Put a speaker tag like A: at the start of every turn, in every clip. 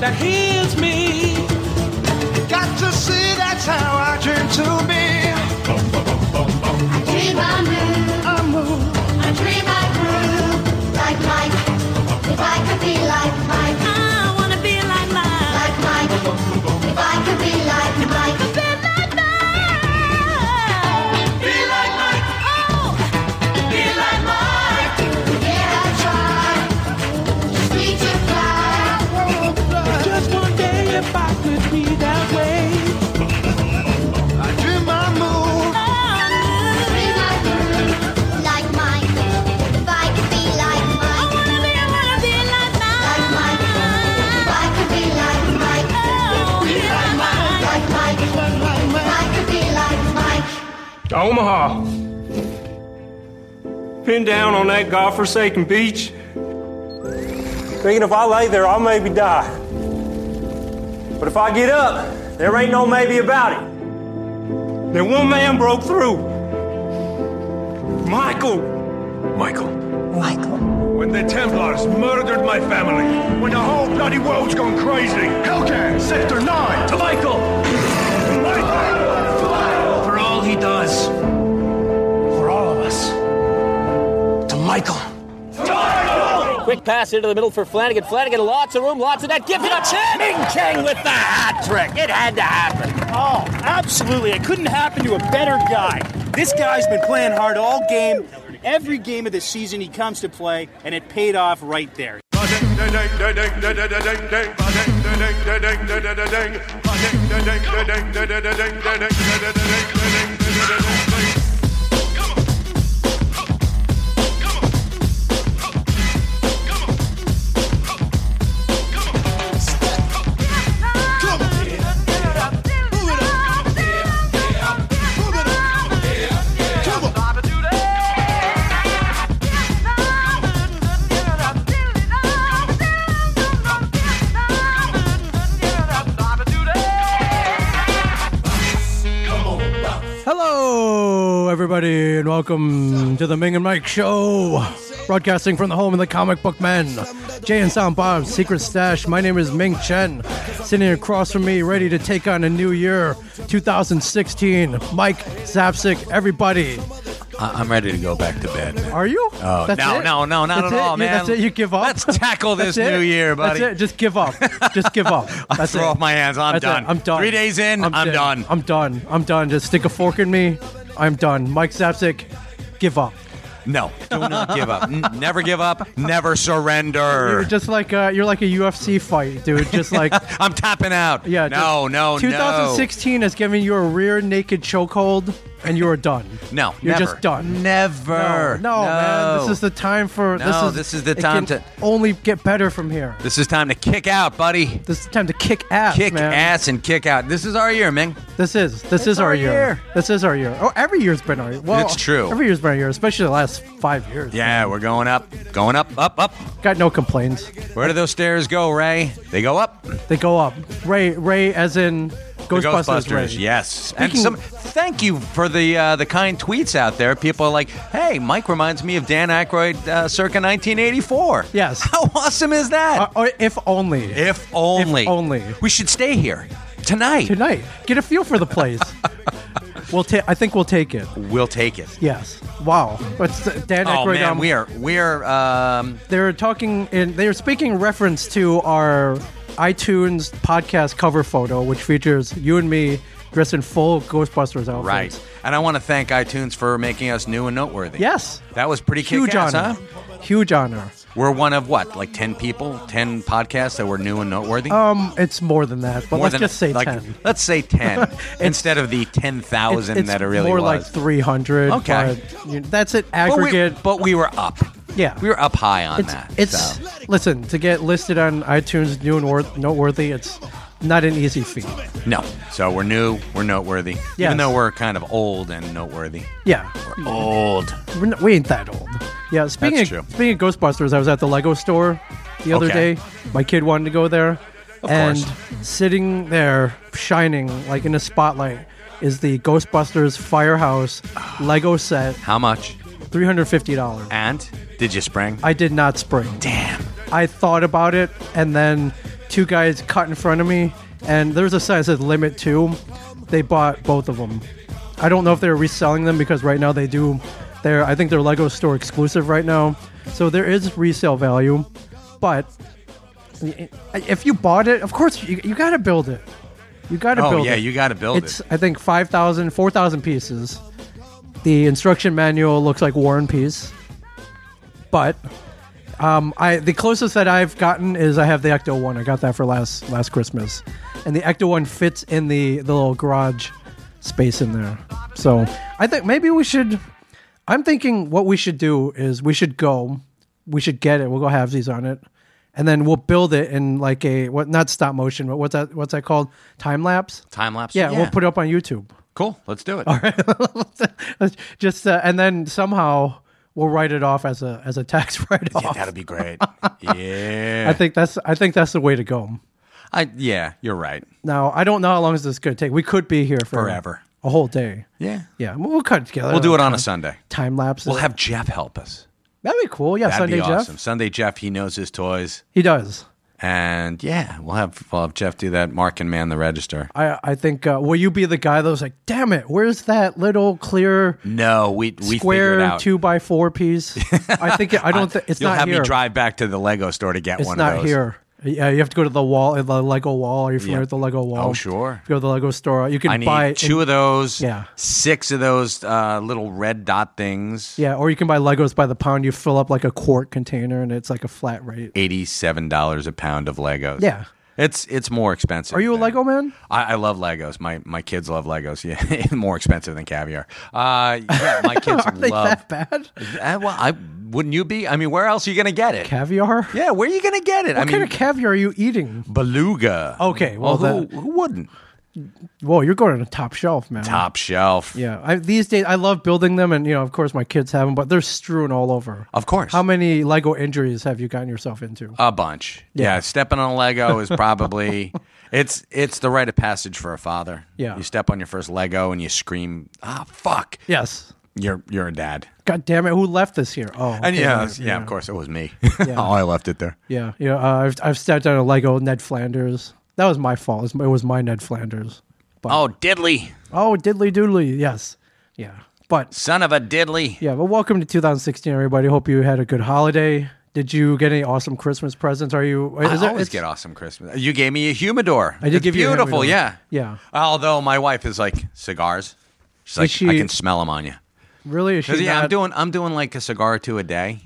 A: that heals me. Got to see that's how I came to be.
B: Dream I move,
A: I move.
B: I dream I grew like Mike. If I could be like Mike,
C: I wanna be like mine.
B: like Mike. If I could be like Mike,
C: Be like mine. Be like mine. Oh,
B: yeah I try. Just reach and fly.
A: Just one day if I could be that way. I dream I move.
C: oh,
B: Dream I grew like Mike. If I could be like
C: I
B: Mike,
C: wanna be, I wanna be like
B: like
C: mine.
B: Mike. If I could be like Mike,
C: Oh, be like mine.
B: like Mike. If I could be like Mike.
D: Omaha. Pinned down on that godforsaken beach. Thinking if I lay there, I'll maybe die. But if I get up, there ain't no maybe about it. Then one man broke through. Michael.
E: Michael,
F: Michael.
E: when the Templars murdered my family, when the whole bloody world's gone crazy, Hellcat, Sector 9, to Michael! Michael! For all he does, for all of us, to Michael. To Michael!
G: Quick pass into the middle for Flanagan. Flanagan, lots of room, lots of net. Give it a chance.
H: Ming Chang with the hat trick. It had to happen. Oh, absolutely. It couldn't happen to a better guy. This guy's been playing hard all game. Every game of the season he comes to play, and it paid off right there.
I: Hello, everybody, and welcome to the Ming and Mike Show, broadcasting from the home of the comic book men, Jay and Sound Bob, Secret Stash. My name is Ming Chen, sitting across from me, ready to take on a new year, 2016. Mike Zapsik, everybody,
J: I- am ready to go back to bed. Man.
I: are you?
J: Oh, no, no, no, not
I: That's
J: at
I: it?
J: all,
I: You-
J: man.
I: That's it. You give up.
J: Let's tackle
I: That's
J: this
I: it.
J: new year, buddy.
I: That's it. Just give up. Just give up. That's
J: throw
I: it.
J: off my hands. I'm
I: That's it.
J: done.
I: I'm done.
J: Three days in, I'm
I: dead.
J: done.
I: I'm done. I'm done. Just stick a fork in me. I'm done. Mike Zapsik, give up.
J: No, do not give up. N- never give up. Never surrender.
I: You're just like uh, you're like a UFC fight, dude. Just like
J: I'm tapping out.
I: yeah.
J: No,
I: just-
J: no,
I: 2016 has given you a rear naked chokehold, and you are done.
J: no. No,
I: you're
J: never.
I: just done.
J: Never.
I: No, no, man. This is the time for. this
J: No,
I: is,
J: this is the
I: it
J: time
I: can
J: to-
I: only get better from here.
J: This is time to kick out, buddy.
I: This is the time to kick ass,
J: Kick
I: man.
J: ass and kick out. This is our year, Ming.
I: This is this is our, year. This is our year. Oh, every year's been our year. Well,
J: It's true.
I: Every year's been our year, especially the last five years.
J: Yeah, we're going up, going up, up, up.
I: Got no complaints.
J: Where do those stairs go, Ray? They go up.
I: They go up. Ray, Ray, as in
J: The
I: Ghostbusters. Ray.
J: Ghostbusters, yes. and
I: Speaking-
J: some thank you for the uh, the kind tweets out there. People are like, "Hey, Mike reminds me of Dan Aykroyd uh, circa 1984."
I: Yes.
J: How awesome is that?
I: Uh, or if only.
J: if only.
I: if only.
J: We should stay here tonight.
I: Tonight, get a feel for the place. we'll take. I think we'll take it.
J: We'll take it.
I: Yes. Wow. What's the- Dan
J: Oh
I: Aykroyd,
J: man,
I: um,
J: we are we are um,
I: They're talking in. They're speaking reference to our iTunes podcast cover photo, which features you and me dressed in full Ghostbusters outfits.
J: right. And I want to thank iTunes for making us new and noteworthy.
I: Yes.
J: That was pretty
I: huge
J: kick-ass,
I: honor.
J: huh?
I: Huge honor.
J: We're one of what, like ten people, ten podcasts that were new and noteworthy.
I: Um, it's more than that, but
J: More
I: let's
J: than
I: just say
J: like,
I: ten.
J: Let's say ten instead of the ten
I: It's,
J: thousand
I: it's
J: that it really
I: more
J: was.
I: like three hundred.
J: Okay.
I: but, you know, that's an
J: but we,
I: aggregate.
J: but we were up.
I: yeah,
J: We were up high on
I: it's
J: that.
I: it's
J: so.
I: listen to get listed on iTunes new and worth, noteworthy. It's not an easy feat.
J: no. So we're new. We're noteworthy.
I: Yes.
J: Even though we're kind of old and noteworthy.
I: Yeah,
J: Old.
I: we're not, we ain't that old. Yeah, speaking
J: That's
I: of,
J: true.
I: speaking of Ghostbusters, I was at the Lego store the other
J: Okay.
I: day. My kid wanted to go there,
J: Of
I: and
J: course.
I: sitting there shining like in a spotlight is the Ghostbusters Firehouse Lego set,
J: How much?
I: three hundred fifty dollars.
J: And did you spring?
I: I did not spring.
J: Damn.
I: I thought about it, and then two guys cut in front of me, and there was a sign that says "Limit 2. They bought both of them. I don't know if they're reselling them because right now they do. They're I think they're Lego store exclusive right now, so there is resale value. But if you bought it, of course you, you got to build it. You got to
J: Oh,
I: build
J: yeah,
I: it.
J: you gotta build
I: it's, I think 5,000, 4,000 pieces. The instruction manual looks like War and Peace. But um, I the closest that I've gotten is I have the Ecto one. I got that for last last Christmas, and the Ecto one fits in the the little garage space in there. So I think maybe we should. I'm thinking what we should do is we should go, we should get it. We'll go halvesies on it, and then we'll build it in like a what not stop motion, but what's that what's that called? Time lapse.
J: Time lapse.
I: Yeah, we'll put it up on YouTube.
J: Cool. Let's do it.
I: Just uh, and then somehow we'll write it off as a as a tax write off.
J: Yeah, that'd be great. yeah.
I: I think that's I think that's the way to go.
J: I yeah, you're right.
I: Now I don't know how long is this going to take. We could be here for
J: Forever.
I: a whole day.
J: Yeah.
I: yeah. We'll, we'll cut it together.
J: We'll do it on a Sunday.
I: time lapse.
J: We'll have Jeff help us.
I: that'd be cool. Yeah,
J: That'd
I: Sunday
J: be awesome.
I: Jeff.
J: Sunday Jeff, he knows his toys.
I: He does.
J: And yeah, we'll have, we'll have Jeff do that. Mark and man the register.
I: I I think uh, will you be the guy that was like, damn it, where's that little clear
J: No, we we figured
I: square
J: out.
I: two by four piece? I think it, I don't think it's
J: You'll
I: not
J: have
I: here.
J: me drive back to the Lego store to get
I: it's
J: one
I: not
J: of those.
I: here. Yeah, you have to go to the wall, the Lego wall. Are you familiar
J: Yeah.
I: with the Lego wall?
J: Oh, sure.
I: Go to the Lego store. You can
J: I need
I: buy
J: two of those.
I: Yeah.
J: Six of those uh, little red dot things.
I: Yeah, or you can buy Legos by the pound. You fill up like a quart container, and it's like a flat rate.
J: Eighty-seven dollars a pound of Legos.
I: Yeah.
J: It's it's more expensive.
I: Are you a
J: than-
I: Lego man?
J: I, I love Legos. My my kids love Legos. Yeah, more expensive than caviar. Uh, yeah, my kids
I: Are they
J: love.
I: that bad?
J: Uh, well, I wouldn't you be? I mean, where else are you gonna get it?
I: Caviar?
J: yeah, where are you gonna get it? I
I: What
J: mean,
I: kind of caviar are you eating?
J: beluga.
I: Okay, well,
J: who, who wouldn't?
I: Whoa, you're going to top shelf, man.
J: Top shelf.
I: Yeah. I, these days, I love building them, and you know, of course, my kids have them, but they're strewn all over.
J: Of course.
I: How many Lego injuries have you gotten yourself into?
J: A bunch. Yeah.
I: Yeah.
J: stepping on a Lego is probably it's it's the rite of passage for a father.
I: Yeah.
J: You step on your first Lego and you scream, "Ah, fuck!"
I: yes.
J: You're you're a dad.
I: God damn it! Who left this here? Oh,
J: And
I: okay,
J: yeah,
I: right,
J: yeah, of course, it was me. oh,
I: Yeah.
J: I left it there.
I: yeah, yeah. Uh, I've I've stepped on a Lego Ned Flanders. That was my fault. It was my Ned Flanders.
J: Oh, diddly,
I: Oh, diddly doodly. Yes. Yeah. But
J: son of a diddly.
I: Yeah, but welcome to 2016, everybody. Hope you had a good holiday. Did you get any awesome Christmas presents? Are you?
J: I
I: it-
J: always
I: it's-
J: get awesome Christmas. You gave me a humidor.
I: I did
J: It's
I: give you a
J: beautiful.
I: humidor.
J: Yeah,
I: Yeah.
J: Although my wife is like cigars. She's like, I
I: she-
J: can smell them on you.
I: Really? Is
J: 'Cause,
I: she
J: yeah, I'm
I: not-
J: doing I'm doing like a cigar or two a day,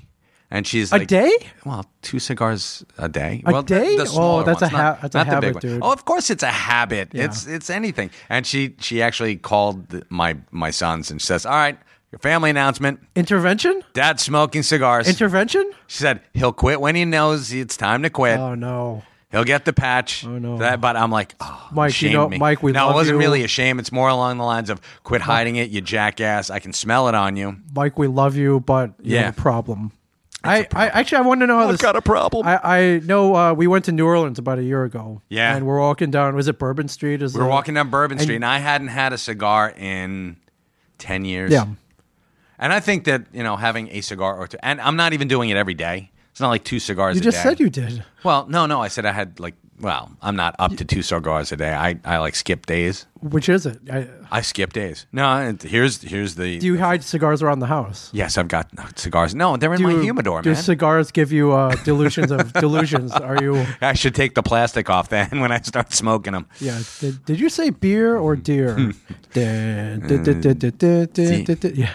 J: and she's
I: a
J: like,
I: day.
J: Well, two cigars a day.
I: A
J: well, the-
I: day?
J: The,
I: Oh,
J: smaller
I: that's a
J: ones, not-
I: ha- that's a
J: not the big
I: habit,
J: one.
I: dude.
J: Oh, of course, it's a habit. It's it's anything. And she she actually called th- my my sons and says, "All right, your family announcement.
I: Intervention?
J: Dad's smoking cigars."
I: Intervention?
J: she said he'll quit when he knows it's time to quit.
I: Oh no!
J: he'll get the patch.
I: Oh, no.
J: That- but I'm like, oh,
I: Mike, you
J: ashamed
I: know-
J: me.
I: Mike, we
J: no, it
I: love
J: wasn't
I: you.
J: really a shame. It's more along the lines of quit hiding it, you jackass. I can smell it on you.
I: Mike, we love you, but you
J: Yeah. Oh,
I: have a problem. I, I actually I want to know how this.
J: problem.
I: I, I know uh, we went to New Orleans about a year ago.
J: Yeah.
I: and we're walking down. Was it Bourbon Street? Is
J: We were
I: it-
J: walking down Bourbon
I: and-
J: Street, and I hadn't had a cigar in ten years.
I: Yeah.
J: and I think that you know having a cigar or two, and I'm not even doing it every day. It's not like two cigars.
I: You
J: a
I: just
J: day.
I: said you did.
J: Well, no, no. I said I had like. Well, I'm not up to two cigars a day. I, I like skip days.
I: Which is it? I,
J: I skip days. No, it- here's here's the.
I: do you hide cigars around the house?
J: yes, I've got cigars. No, they're in
I: do
J: my
I: you-
J: humidor,
I: do
J: man.
I: cigars give you uh, delusions of delusions? Are you?
J: I should take the plastic off then when I start smoking them.
I: Yeah. Did, did you say beer or
J: Hmm.
I: deer? Da- da- da- da- da- da- da- da- da- Yeah.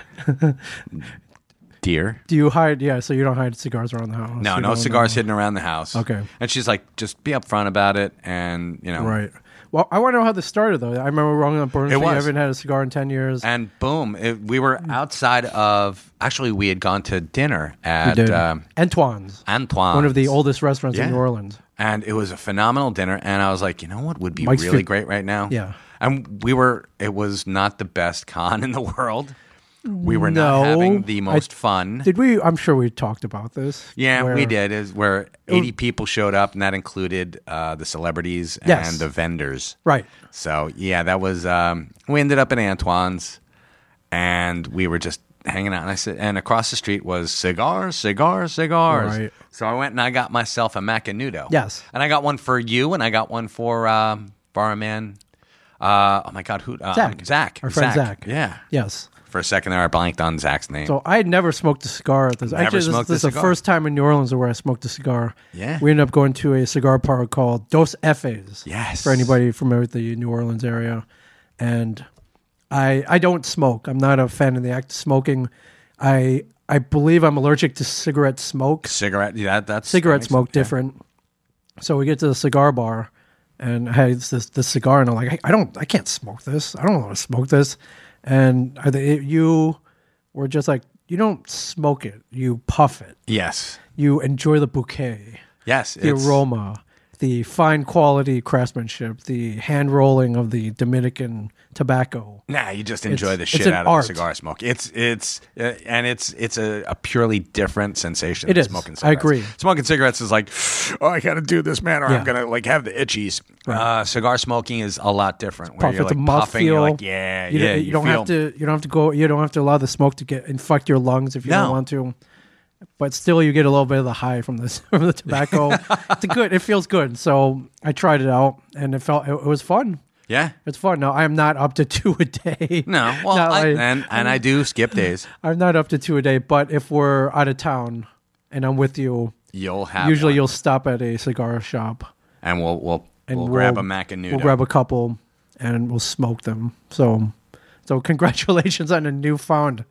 J: Dear.
I: Do you hide? Yeah. So you don't hide cigars around the house.
J: No,
I: You
J: no
I: don't,
J: cigars
I: uh,
J: hidden around the house.
I: Okay.
J: And she's like, just be upfront about it, and you know,
I: Right. Well, I want to know how this started though. I remember wrong on Bourbon
J: Oh. It
I: Street. I
J: was.
I: haven't had a cigar in ten years.
J: And boom, it, we were
I: Mm.
J: outside of. Actually, we had gone to dinner
I: You
J: at
I: did.
J: um,
I: Antoine's,
J: Antoine,
I: one of the oldest restaurants
J: Yeah.
I: in New Orleans.
J: and it was a phenomenal dinner. And I was like, you know what would be
I: Mike's
J: really
I: food-
J: great right now?
I: Yeah.
J: And we were. It was not the best con in the world. We were
I: No,
J: not having the
I: I-
J: most fun.
I: Did we? I'm sure we talked about this.
J: yeah, we
I: where-
J: did. Is where eighty people showed up, and that included uh, the celebrities
I: Yes.
J: and the vendors.
I: Right.
J: So yeah, that was um, we ended up in Antoine's, and we were just hanging out. And I said, and across the street was cigar, cigar, cigar.
I: Right.
J: So I went and I got myself a Macanudo.
I: Yes.
J: And I got one for you, and I got one for um, barman. Uh, oh my God, who? Uh,
I: Zach.
J: Zach.
I: Our friend Zach.
J: Yeah.
I: Yes.
J: For a second there, I blanked on Zach's name.
I: So I had never smoked a cigar. At this.
J: Never
I: Actually, this,
J: smoked
I: this
J: a
I: is the
J: cigar.
I: first time in New Orleans where I smoked a cigar.
J: Yeah.
I: We ended up going to a cigar bar called Dos Efes.
J: Yes.
I: For anybody familiar with the New Orleans area, and I I don't smoke. I'm not a fan of the act of smoking. I I believe I'm allergic to cigarette smoke.
J: Cigarette. Yeah, that's
I: cigarette
J: that makes-
I: smoke different. So we get to the cigar bar, and I had this this cigar, and I'm like, I, I don't, I can't smoke this. I don't want to smoke this. And I think it- you were just like, you don't smoke it. You puff it.
J: Yes.
I: You enjoy the bouquet,
J: Yes.
I: the
J: it's-
I: aroma, the fine quality craftsmanship, the hand rolling of the Dominican tobacco.
J: Nah, you just enjoy
I: It's-
J: the
I: it's
J: shit
I: an
J: out of
I: art.
J: the cigar smoke. It's it's uh, and it's it's a, a purely different sensation.
I: It
J: than
I: is.
J: Smoking
I: I
J: cigarettes.
I: agree.
J: Smoking cigarettes is like, oh, I got to do this, man, or
I: Yeah.
J: I'm gonna like have the itchies. Uh, cigar smoking is a lot different. Where
I: Puff,
J: you're
I: it's
J: like
I: a
J: puffing, you're
I: mouthfeel.
J: like, yeah,
I: You, don't-
J: yeah.
I: you don't have
J: feel-
I: to. You don't have to go. You don't have to allow the smoke to get infect your lungs if you don't
J: No.
I: want to. But still, you get a little bit of the high from this from the tobacco. it's good. It feels good. So I tried it out, and it felt it, it was fun.
J: Yeah.
I: It's fun. No, I am not up to two a day.
J: No. Well,
I: Not
J: I,
I: like-
J: and and I do skip days.
I: I'm not up to two a day. But if we're out of town and I'm with you,
J: You'll have
I: usually
J: one.
I: you'll stop at a cigar shop
J: and we'll we'll
I: and
J: we'll, grab a mac and
I: We'll grab a couple and we'll smoke them. So, so congratulations on a newfound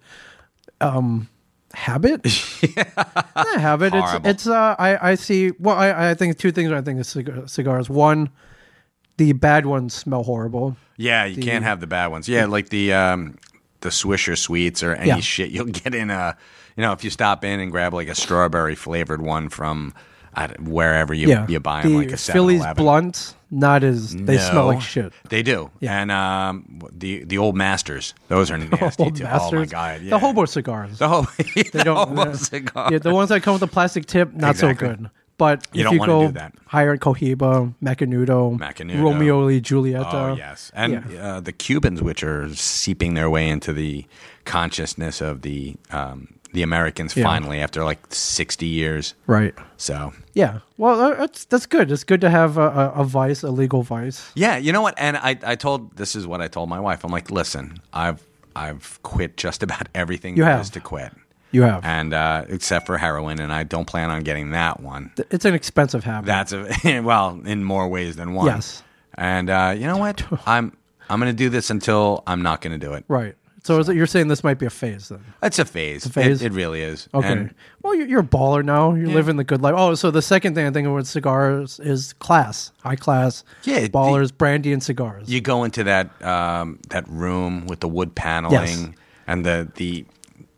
I: um, habit. Not habit. It's
J: Horrible.
I: it's. Uh, I I see. Well, I I think two things. when I think of cigar, cigars. One, the bad ones smell horrible.
J: Yeah, you can't have the bad ones. Yeah, like the um, the Swisher sweets or any
I: Yeah.
J: shit you'll get in a. You know, if you stop in and grab like a strawberry flavored one from I don't- wherever you
I: yeah,
J: you buy
I: the
J: them, like a
I: Phillies
J: 7-Eleven.
I: blunts. Not as they smell
J: No,
I: like shit.
J: They do.
I: Yeah.
J: And um, the the old masters, those are nasty
I: Old
J: too.
I: masters.
J: Oh my god, yeah.
I: The hobo cigars.
J: the hobo,
I: they don't
J: hobo
I: uh,
J: cigar.
I: Yeah, the ones that come with the plastic tip, not
J: Exactly.
I: so good. But
J: You
I: if
J: don't
I: you
J: wanna
I: go
J: do that.
I: higher in Cohiba, Macanudo,
J: Macanudo.
I: Romeoli, Giulietta.
J: Oh yes, and
I: yeah.
J: uh, the Cubans, which are seeping their way into the consciousness of the um, the Americans,
I: Yeah.
J: finally after like sixty years.
I: Right.
J: So
I: Yeah. Well, uh, that's that's good. It's good to have a, a, a vice, a legal vice.
J: yeah, you know what? And I, I told this is what I told my wife. I'm like, listen, I've I've quit just about everything
I: You
J: there
I: have.
J: is to quit,
I: You have.
J: and uh, except for heroin, and I don't plan on getting that one.
I: it's an expensive habit.
J: That's a well, in more ways than one.
I: Yes.
J: And uh, you know what? I'm I'm going to do this until I'm not going to do it.
I: right. So, is it, you're saying this might be a phase then?
J: It's a phase.
I: phase?
J: It, it really is.
I: Okay.
J: And-
I: well, you're, you're a baller now. You're living the good life. Oh, so the second thing I think of with cigars is class, high class.
J: Yeah, the-
I: Ballers, brandy, and cigars.
J: you go into that um, that room with the wood paneling and the the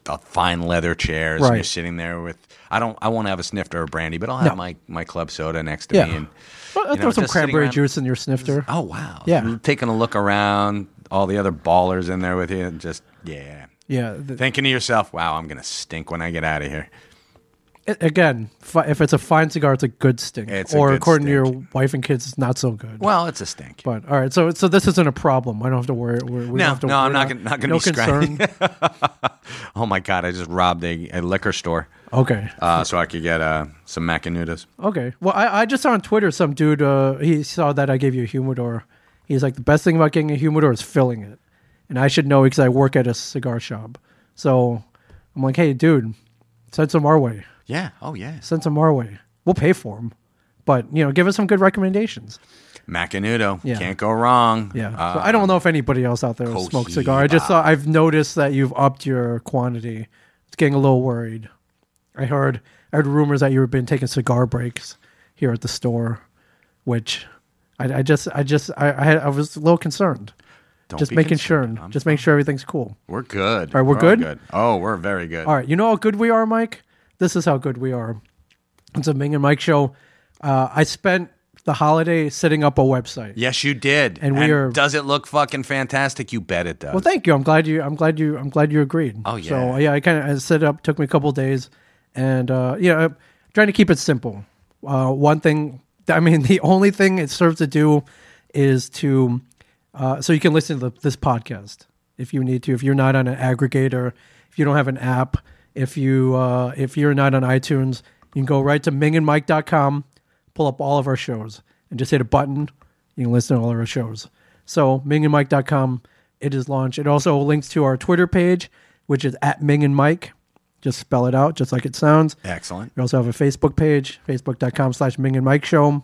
J: the fine leather chairs, and
I: Right.
J: you're sitting there with. I don't. I won't have a snifter or brandy, but I'll have
I: No.
J: my my club soda next to
I: Yeah.
J: me. And
I: Well,
J: you
I: Uh, throw
J: know,
I: some
J: just sitting
I: cranberry
J: around-
I: juice in your snifter.
J: oh wow!
I: Yeah.
J: taking a look around, all the other ballers in there with you, and just yeah.
I: Yeah. th-
J: Thinking to yourself, "Wow, I'm gonna stink when I get out of here."
I: A- again, fi- if it's a fine cigar, it's a good stink.
J: It's a
I: or
J: good
I: according to your
J: stink.
I: wife and kids, it's not so good.
J: Well, it's a stink.
I: but all right, so so this isn't a problem. I don't have to worry. we we don't
J: No,
I: have to
J: no, I'm
I: worry
J: not
I: about-
J: gonna- not gonna
I: no
J: be scratching.
I: concern.
J: oh my god, I just robbed a, a liquor store
I: okay,
J: uh, so I could get uh, some macanudos.
I: okay. Well, I, I just saw on Twitter some dude. Uh, he saw that I gave you a humidor. He's like, the best thing about getting a humidor is filling it, and I should know because I work at a cigar shop. So I'm like, hey, dude, send some our way.
J: Yeah. Oh yeah.
I: Send some our way. We'll pay for them, but you know, give us some good recommendations.
J: Macanudo.
I: Yeah.
J: Can't go wrong.
I: Yeah. so
J: Uh,
I: I don't know if anybody else out there smokes cigar. I just saw I've noticed that you've upped your quantity. It's getting a little worried. I heard I heard rumors that you've been taking cigar breaks here at the store, which I, I just I just I, I had- I was a little concerned.
J: don't
I: just
J: be
I: making
J: concerned.
I: sure,
J: I'm-
I: just make sure everything's cool.
J: We're good.
I: All right, we're
J: all
I: good?
J: Oh, we're very good.
I: All right, you know how good we are, Mike. This is how good we are. It's a Ming and Mike show. Uh, I spent the holiday setting up a website.
J: Yes, you did.
I: And we are-
J: Does it look fucking fantastic? You bet it does.
I: Well, thank you. I'm glad you. I'm glad you. I'm glad you agreed.
J: Oh,
I: So
J: yeah.
I: yeah, I kind of set it up. Took me a couple days, and uh, you know, trying to keep it simple. Uh, one thing. I mean, the only thing it serves to do is to, uh, so you can listen to the, this podcast if you need to. If you're not on an aggregator, if you don't have an app, if you uh, if you're not on iTunes, You can go right to mingandmike.com, pull up all of our shows, and just hit a button. You can listen to all of our shows. So, mingandmike.com, it is launched. It also links to our Twitter page, which is at Ming and Mike. Just spell it out, just like it sounds.
J: Excellent.
I: We also have a Facebook page, facebook.com slash Ming and Mike Show.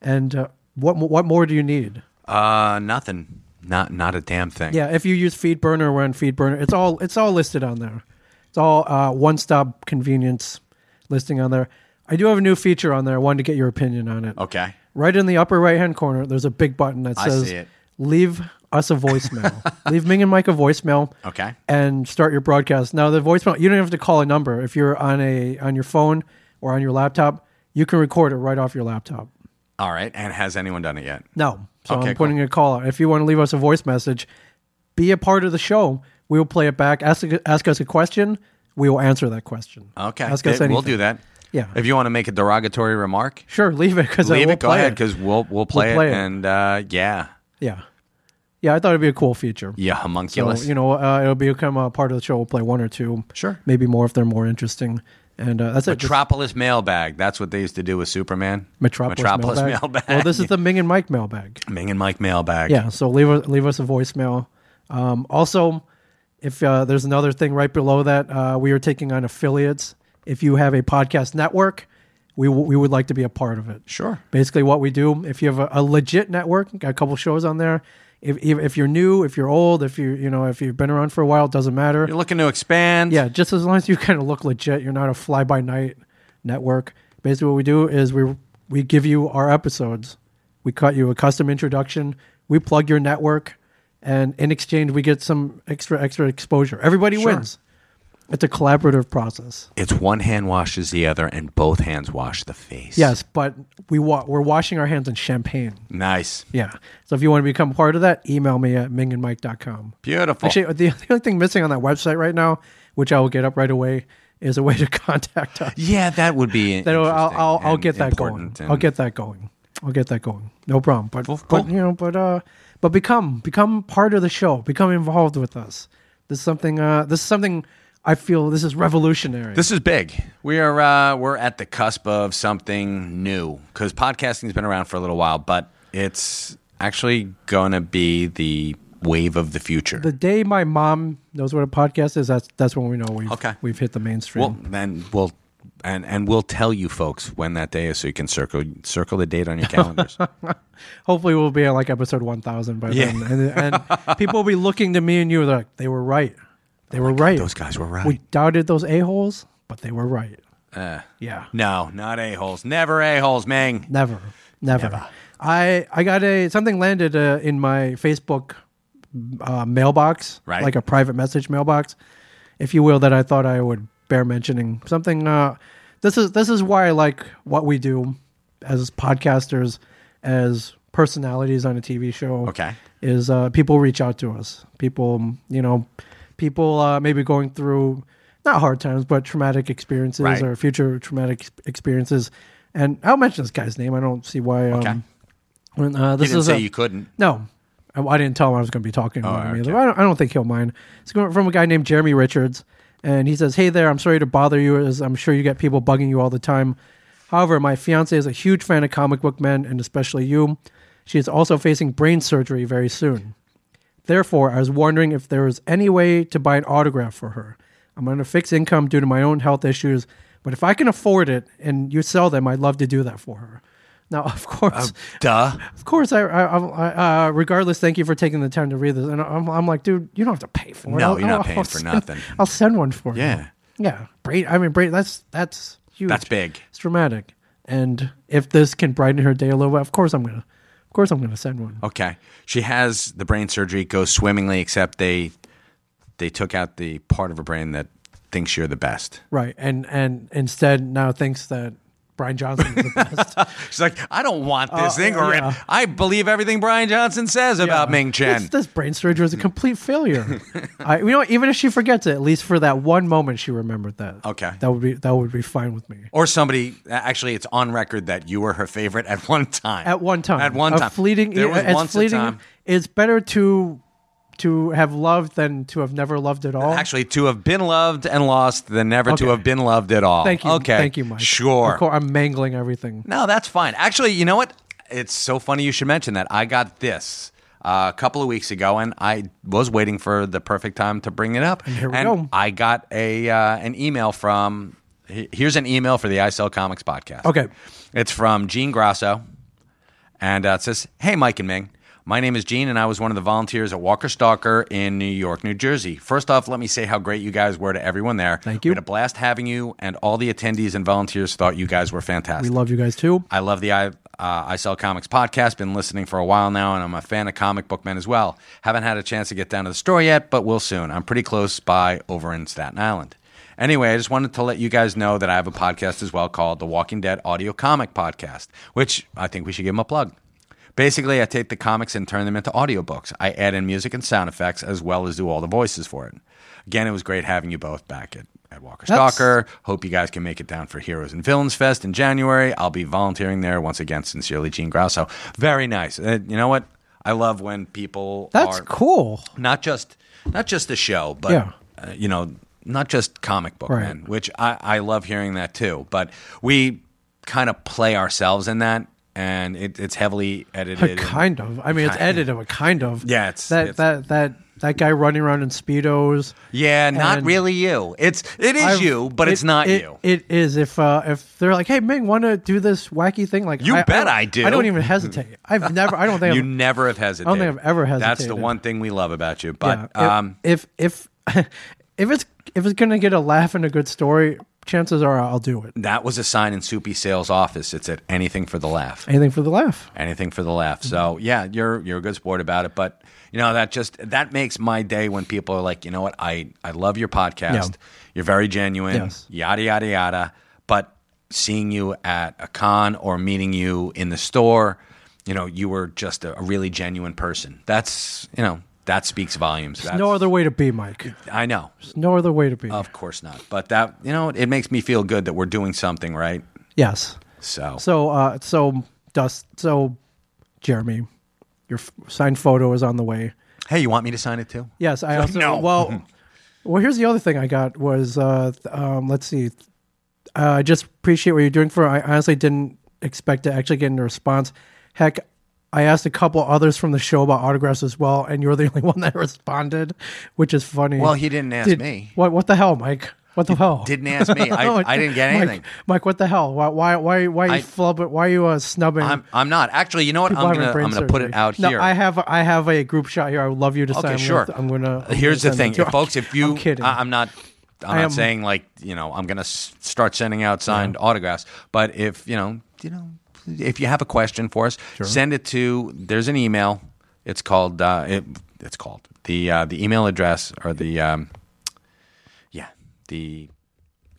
I: And uh, what, mo- what more do you need?
J: Uh, nothing. Not not a damn thing.
I: Yeah, if you use FeedBurner, we're on FeedBurner. It's all it's all listed on there. It's all uh, one stop convenience listing on there. I do have a new feature on there. I wanted to get your opinion on it.
J: Okay.
I: Right in the upper right hand corner, there's a big button that
J: I
I: says
J: see it.
I: "Leave us a voicemail." Leave Ming and Mike a voicemail.
J: Okay.
I: And start your broadcast. Now the voicemail, you don't have to call a number. If you're on a on your phone or on your laptop, you can record it right off your laptop.
J: All right. And has anyone done it yet?
I: No. So
J: Oh, Okay,
I: I'm putting a call out. If you want to leave us a voice message, be a part of the show. We will play it back. Ask ask us a question. We will answer that question.
J: Okay.
I: Ask us
J: Th-
I: anything.
J: we'll do that.
I: Yeah.
J: If you want to make a derogatory remark,
I: Sure, leave it because
J: leave
I: uh, we'll
J: it. Go
I: play
J: ahead,
I: it.
J: because we'll we'll play,
I: play
J: it,
I: it.
J: And uh, yeah,
I: yeah, yeah. I thought it'd be a cool feature.
J: yeah,
I: So,
J: homunculus.
I: you know, uh, it'll become a part of the show. We'll play one or two.
J: Sure.
I: Maybe more if they're more interesting. And uh, that's it. Just
J: Metropolis mailbag. That's what they used to do with Superman.
I: Metropolis,
J: Metropolis
I: mailbag. Well, this is the Ming and Mike mailbag.
J: Ming and Mike mailbag.
I: Yeah, so leave us leave us a voicemail. Um, also, if uh, there's another thing right below that, uh, we are taking on affiliates. If you have a podcast network, we w- we would like to be a part of it.
J: Sure.
I: Basically, what we do, if you have a, a legit network, got a couple shows on there. If, if if you're new, if you're old, if you you know if you've been around for a while, it doesn't matter.
J: You're looking to expand.
I: Yeah, just as long as you kind of look legit, you're not a fly by night network. Basically, what we do is we we give you our episodes, we cut you a custom introduction, we plug your network, and in exchange we get some extra extra exposure. Everybody wins. It's a collaborative process.
J: It's one hand washes the other, and both hands wash the face.
I: Yes, but we wa- we're washing our hands in champagne.
J: Nice.
I: Yeah. So if you want to become part of that, email me at mingandmike.com.
J: Beautiful.
I: Actually, uh, the, the only thing missing on that website right now, which I will get up right away, is a way to contact us.
J: yeah, that would be.
I: That'll, I'll,
J: interesting
I: I'll, I'll
J: and
I: get that going.
J: important
I: I'll
J: and-
I: get that going. I'll get that going. No problem. But,
J: Cool,
I: but
J: cool.
I: you know, but uh, but become become part of the show. Become involved with us. This is something. Uh, this is something. I feel this is revolutionary.
J: This is big. We are uh, we're at the cusp of something new because podcasting's been around for a little while, but it's actually going to be the wave of the future.
I: the day my mom knows what a podcast is. That's that's when we know we've
J: Okay.
I: we've hit the mainstream.
J: well, then we'll and and we'll tell you folks when that day is, so you can circle circle the date on your calendars.
I: Hopefully, we'll be at like episode one thousand by
J: Yeah.
I: then, and, and people will be looking to me and you. They're like, they were right. They were right.
J: Those guys were right.
I: We doubted those a holes, but they were right. yeah.
J: no, not a holes. Never a holes, Ming.
I: Never, never. I I got a something landed uh, in my Facebook uh, mailbox,
J: Right.
I: Like a private message mailbox, if you will, that I thought I would bear mentioning. Something. Uh, this is this is why I like what we do as podcasters, as personalities on a TV show.
J: Okay.
I: is uh, people reach out to us. People, you know, people uh, maybe going through not hard times, but traumatic experiences
J: Right.
I: or future traumatic ex- experiences. And I'll mention this guy's name. I don't see why. Um,
J: Okay.
I: When, uh,
J: You
I: this
J: didn't
I: is
J: say
I: a-
J: you couldn't.
I: No, I, I didn't tell him I was going to be talking about him
J: okay.
I: either. I don't, I don't think he'll mind. It's going from a guy named Jeremy Richards, and he says, "Hey there, I'm sorry to bother you, as I'm sure you get people bugging you all the time. However, my fiance is a huge fan of comic book men, and especially you. She is also facing brain surgery very soon." Therefore, I was wondering if there was any way to buy an autograph for her. I'm on a fixed income due to my own health issues, but if I can afford it and you sell them, I'd love to do that for her. Now, of
J: Uh,
I: course,
J: Oh, Duh.
I: of course, I, I, I, I uh, regardless, thank you for taking the time to read this. And I'm, I'm like, dude, you don't have to pay for it.
J: No, you're not paying for
I: send-
J: nothing.
I: I'll send one for you.
J: Yeah.
I: yeah. Brain, I mean, brain. That's that's huge.
J: That's big.
I: It's dramatic. And if this can brighten her day a little bit, of course I'm gonna, of course I'm gonna send one.
J: Okay. She has the brain surgery. It goes swimmingly, except they they took out the part of her brain that thinks you're the best.
I: Right. And and instead now thinks that Brian Johnson is the best.
J: She's like, I don't want this thing. or
I: Oh, yeah.
J: I believe everything Brian Johnson says about Ming
I: This,
J: Chen.
I: this brain surgery is a complete failure. I, you know, what? even if she forgets it, at least for that one moment she remembered that.
J: Okay.
I: That would be that would be fine with me.
J: or somebody. Actually, it's on record that you were her favorite at one time.
I: At one time.
J: At one
I: A
J: time.
I: fleeting e-
J: There was
I: it's
J: once a
I: fleeting
J: time.
I: it's better to to have loved than to have never loved at all?
J: Actually, to have been loved and lost, than never to
I: Oh. Okay.
J: have been loved at all.
I: Thank you.
J: Okay.
I: Thank you, Mike.
J: Sure.
I: Of course, I'm mangling everything.
J: No, that's fine. Actually, you know what? It's so funny you should mention that. I got this uh, a couple of weeks ago, and I was waiting for the perfect time to bring it up. And
I: here we go.
J: I got a uh, an email from. he- Here's an email for the I Sell Comics podcast.
I: Okay.
J: It's from Gene Grasso, and uh, it says, "Hey, Mike and Ming." My name is Gene, and I was one of the volunteers at Walker Stalker in New York, New Jersey. First off, let me say how great you guys were to everyone there.
I: Thank you.
J: We had a blast having you, and all the attendees and volunteers thought you guys were fantastic.
I: We love you guys too.
J: I love the I, uh, I Sell Comics podcast. Been listening for a while now, and I'm a fan of comic book men as well. Haven't had a chance to get down to the store yet, but will soon. I'm pretty close by over in Staten Island. Anyway, I just wanted to let you guys know that I have a podcast as well called The Walking Dead Audio Comic Podcast, which I think we should give them a plug. Basically, I take the comics and turn them into audiobooks. I add in music and sound effects as well as do all the voices for it. Again, it was great having you both back at, at Walker
I: That's-
J: Stalker. Hope you guys can make it down for Heroes and Villains Fest in January. I'll be volunteering there once again. Sincerely, Gene Grasso. Very nice. Uh, you know what? I love when people
I: That's
J: are
I: cool.
J: not just not just the show, but
I: Yeah.
J: uh, you know, not just comic book
I: Right.
J: men, which I, I love hearing that too. But we kind of play ourselves in that, and it, it's heavily edited.
I: Kind of. I mean, it's edited, but kind of.
J: Yeah, it's-
I: that
J: it's-
I: that that that guy running around in speedos.
J: yeah, not
I: And
J: really you. It's it is
I: I've-
J: you, but it's
I: it-
J: not
I: it-
J: you.
I: It is. If uh, if they're like, hey, Ming, want to do this wacky thing? Like,
J: You bet I do.
I: I don't even hesitate. I've never. I don't think
J: you
I: I've,
J: never have hesitated.
I: I don't think I've ever
J: That's the
I: hesitated.
J: one thing we love about you.
I: Yeah,
J: But
I: if-
J: um,
I: if if if it's if it's gonna get a laugh and a good story, chances are I'll do it.
J: that was a sign in Soupy Sales' office. It said anything for the laugh.
I: Anything for the laugh.
J: Anything for the laugh. So yeah, you're you're a good sport about it. But you know that just that makes my day when people are like, you know what, I I love your podcast.
I: Yeah.
J: You're very genuine.
I: Yes.
J: Yada yada yada. But seeing you at a con or meeting you in the store, you know, you were just a, a really genuine person. That's you know that speaks volumes. That's,
I: No other way to be, Mike.
J: I know.
I: No other way to be.
J: Of course not. But that you know, it makes me feel good that we're doing something right.
I: yes.
J: So,
I: So uh, so Dust. So Jeremy, your f- signed photo is on the way.
J: hey, you want me to sign it too?
I: Yes, I also
J: Mm-hmm.
I: well. Well, here's the other thing I got was uh, th- um, let's see. Uh, I just appreciate what you're doing for. I honestly didn't expect to actually get a response. Heck, I asked a couple others from the show about autographs as well, and you're the only one that responded, which is funny.
J: Well, he didn't ask
I: Did-
J: me.
I: What What the hell, Mike? What the hell?
J: Didn't ask me. I, I didn't get
I: Mike-
J: anything.
I: Mike, what the hell? Why why why why you
J: I-
I: flub it? Why are you uh, snubbing?
J: I'm, I'm not actually. You know what?
I: people
J: I'm
I: having
J: gonna
I: brain
J: I'm gonna put it
I: surgery?
J: out
I: no,
J: here.
I: I have I have a group shot here. I would love you to sign.
J: okay,
I: I'm
J: sure.
I: gonna- I'm gonna. I'm
J: Here's
I: gonna send
J: the thing,
I: it to you.
J: folks. If you,
I: I'm kidding.
J: I, am not. I'm
I: I
J: not
I: am-
J: saying like you know I'm gonna s- start sending out signed autographs. But if you know you know if you have a question for us, send it to. There's an email. It's called. Uh, it, it's called the uh, the email address or the um, yeah the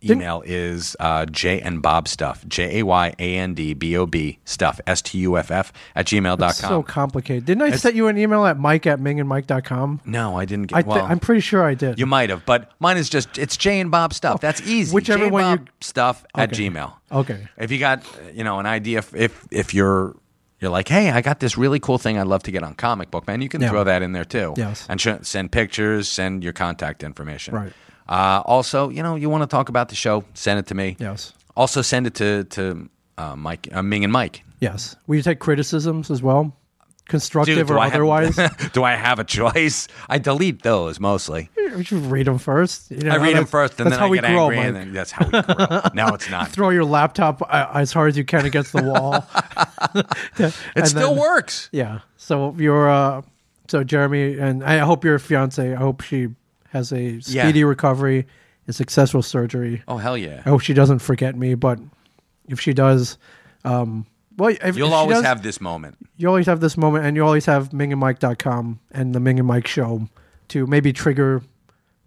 J: email is uh, J and Bob stuff J A Y A N D B O B stuff S T U F F at gmail.com.
I: It's so complicated. Didn't I send you an email at mike at mingandmike.com?
J: no, I didn't get.
I: I th-
J: well,
I: I'm pretty sure I did.
J: you might have, but mine is just it's J and Bob stuff. That's easy.
I: Oh, Whichever
J: J and
I: one you-
J: Bob stuff at
I: Okay.
J: Gmail.
I: Okay.
J: If you got uh, you know an idea, if if, if you're you're like, hey, I got this really cool thing I'd love to get on Comic Book Man. You can
I: Yeah.
J: throw that in there too.
I: Yes.
J: And sh- send pictures, send your contact information.
I: Right.
J: Uh, also, you know, you want to talk about the show, send it to me.
I: Yes.
J: Also, send it to to uh, Mike uh, Ming and Mike.
I: yes. Will you take criticisms as well, constructive or
J: I have-
I: otherwise?
J: do I have a choice? I delete those mostly.
I: we should read them first. You know,
J: I read them
I: that's-
J: first, and
I: that's
J: then
I: how
J: I
I: we
J: get
I: grow,
J: angry,
I: Mike.
J: and then that's how we grow. no, it's not.
I: Throw your laptop uh, as hard as you can against the wall.
J: It still
I: then-
J: works.
I: yeah. So you're. Uh, so Jeremy, and I hope your fiance. I hope she has a speedy recovery, a successful surgery.
J: Oh hell yeah!
I: I hope she doesn't forget me, but if she does, um, well, if, if
J: You'll
I: she
J: always
I: does,
J: have this moment.
I: you always have this moment, and you always have mingandmike.com and the Ming and Mike show to maybe trigger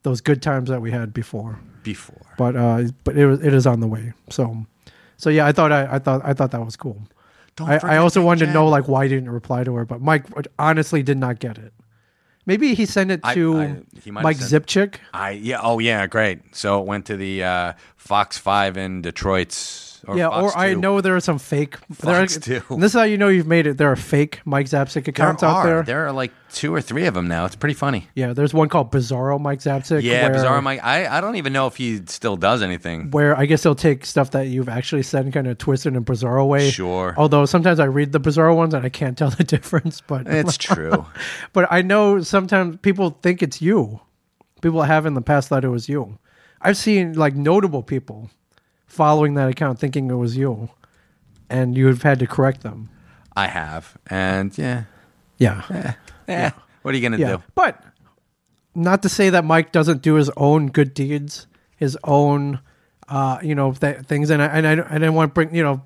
I: those good times that we had before.
J: Before
I: But uh, but it, was- it is on the way. So so yeah, I thought I, I thought I thought that was cool. I, I also wanted to know like why didn't you reply to her, but Mike honestly did not get it. Maybe he sent it
J: I-
I: to
J: I- he might have
I: Mike
J: sent-
I: Zipchick.
J: I yeah oh yeah great. So it went to the uh, Fox Five in Detroit's or
I: yeah,
J: Fox
I: or I
J: 2.
I: know there are some fake. there are-
J: Fox two.
I: and this is how you know you've made it. There are fake Mike Zapsik
J: there
I: accounts
J: are
I: out there.
J: there are like two or three of them now. It's pretty funny.
I: Yeah, there's one called Bizarro Mike Zapsik.
J: Yeah,
I: where,
J: bizarre Mike. I, I don't even know if he still does anything.
I: Where I guess they'll take stuff that you've actually said and kind of twist it in a bizarro way.
J: Sure.
I: Although sometimes I read the bizarro ones and I can't tell the difference. But
J: It's true.
I: but I know sometimes people think it's you. People have in the past thought it was you. I've seen like notable people following that account thinking it was you, and you've had to correct them.
J: I have, and yeah,
I: Yeah.
J: yeah. What are you gonna
I: Yeah.
J: do?
I: But not to say that Mike doesn't do his own good deeds, his own, uh, you know, th- things. And I, and I, and I didn't want to bring, you know,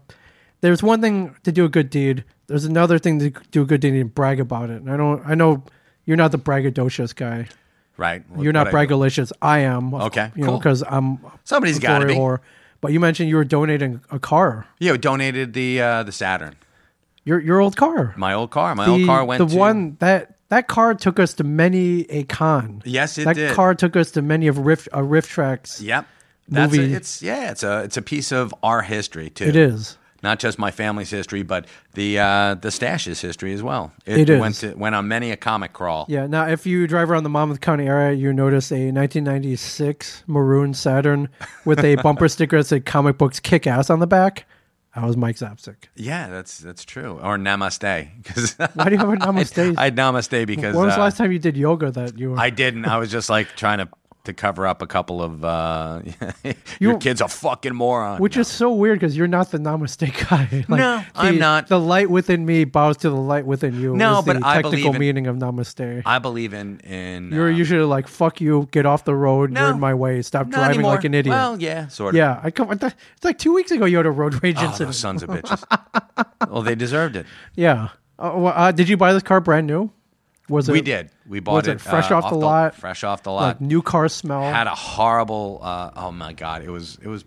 I: there's one thing to do a good deed. There's another thing to do a good deed and brag about it. And I don't, I know you're not the braggadocious guy.
J: Right?
I: You're not
J: What I do.
I: braggalicious. I am. of-
J: Okay,
I: You know,
J: cool.
I: because I'm
J: Somebody's
I: a
J: gotta
I: glory
J: be.
I: whore. But you mentioned you were donating a car,
J: Yeah, we donated the uh, the Saturn,
I: your, your old car.
J: my old car. My old car went
I: the
J: to
I: one that that car took us to many a con.
J: Yes, it
I: that
J: did.
I: car took us to many of riff uh, riff tracks.
J: Yep. That's a,
I: movie.
J: it's yeah, it's a it's a piece of our history too.
I: it is.
J: not just my family's history, but the uh, the stash's history as well.
I: It is.
J: went to, went on many a comic crawl.
I: Yeah. Now, if you drive around the Monmouth County area, you notice a 1996 maroon Saturn with a bumper sticker that said "Comic Books Kick Ass" on the back. That was Mike Zapsik.
J: Yeah, that's that's true. Or namaste, because
I: Why do you have a namaste?
J: I had namaste because
I: when was the
J: uh,
I: last time you did yoga that you were?
J: I didn't. I was just like trying to to cover up a couple of uh, your
I: You-
J: kid's a fucking moron.
I: which is so weird because you're not the namaste guy. Like,
J: No, I'm
I: the-
J: not.
I: The light within me bows to the light within you.
J: No,
I: is the
J: but I
I: technical
J: believe in-
I: meaning of namaste.
J: I believe in in
I: You're
J: um,
I: usually like, "Fuck you, get off the road,
J: no.
I: you're in my way, stop
J: not
I: driving
J: anymore.
I: like an idiot."
J: Well, yeah, sort of.
I: yeah, I come. I thought- It's like two weeks ago you had a road rage
J: Oh,
I: incident.
J: those sons of bitches. well, they deserved it.
I: Yeah. Uh, well, uh, did you buy this car brand new? Was it?
J: We did. We bought
I: was
J: it,
I: it fresh
J: uh,
I: off the lot?
J: Fresh off the
I: Like
J: lot.
I: new car smell.
J: had a horrible uh, oh my god it was it was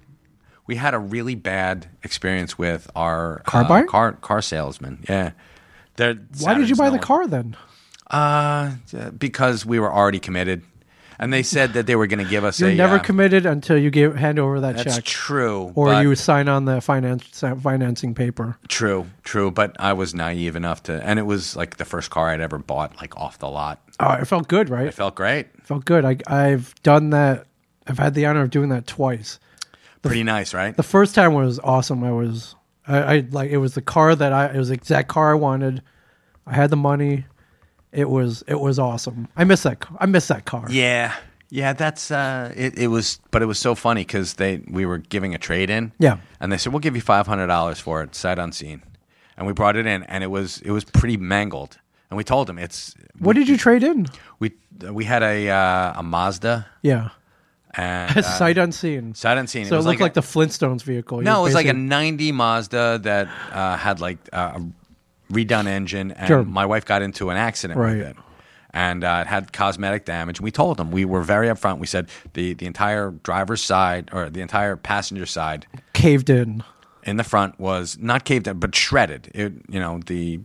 J: we had a really bad experience with our
I: Car
J: uh,
I: buyer?
J: car car salesman yeah They're,
I: Why did you
J: Saturn's
I: buy
J: no
I: the
J: one-
I: car then?
J: uh yeah, because we were already committed and they said that they were going to give us
I: You're
J: a
I: never
J: uh,
I: committed until you give hand over that
J: that's
I: check,
J: true
I: or
J: but-
I: you sign on the finance financing paper.
J: true true but i was naive enough to and it was like the first car i'd ever bought like off the lot
I: Oh, it felt good, right?
J: it felt great
I: It felt good. I, I've done that. I've had the honor of doing that twice.
J: pretty nice right
I: The first time was awesome. I was, I, I like, it was the car that I, it was the exact car I wanted. I had the money. It was, it was awesome. I miss that. ca- I miss that car.
J: yeah yeah, that's uh, it. It was, but it was so funny because they we were giving a trade in,
I: Yeah.
J: and they said we'll give you five hundred dollars for it, sight unseen. And we brought it in, and it was it was pretty mangled. And we told them it's
I: What did you trade in?
J: we we had a uh, a Mazda
I: Yeah.
J: and uh,
I: Sight unseen.
J: sight unseen.
I: So it,
J: was
I: looked like,
J: a-
I: the Flintstones vehicle.
J: no, it was like a
I: basically-
J: ninety Mazda that uh, had like uh, a redone engine, and
I: Sure.
J: my wife got into an accident
I: Right.
J: with it. And uh, it had cosmetic damage. We told them we were very upfront. We said the, the entire driver's side or the entire passenger side
I: caved in.
J: in the front was not caved in, but shredded. It, you know, the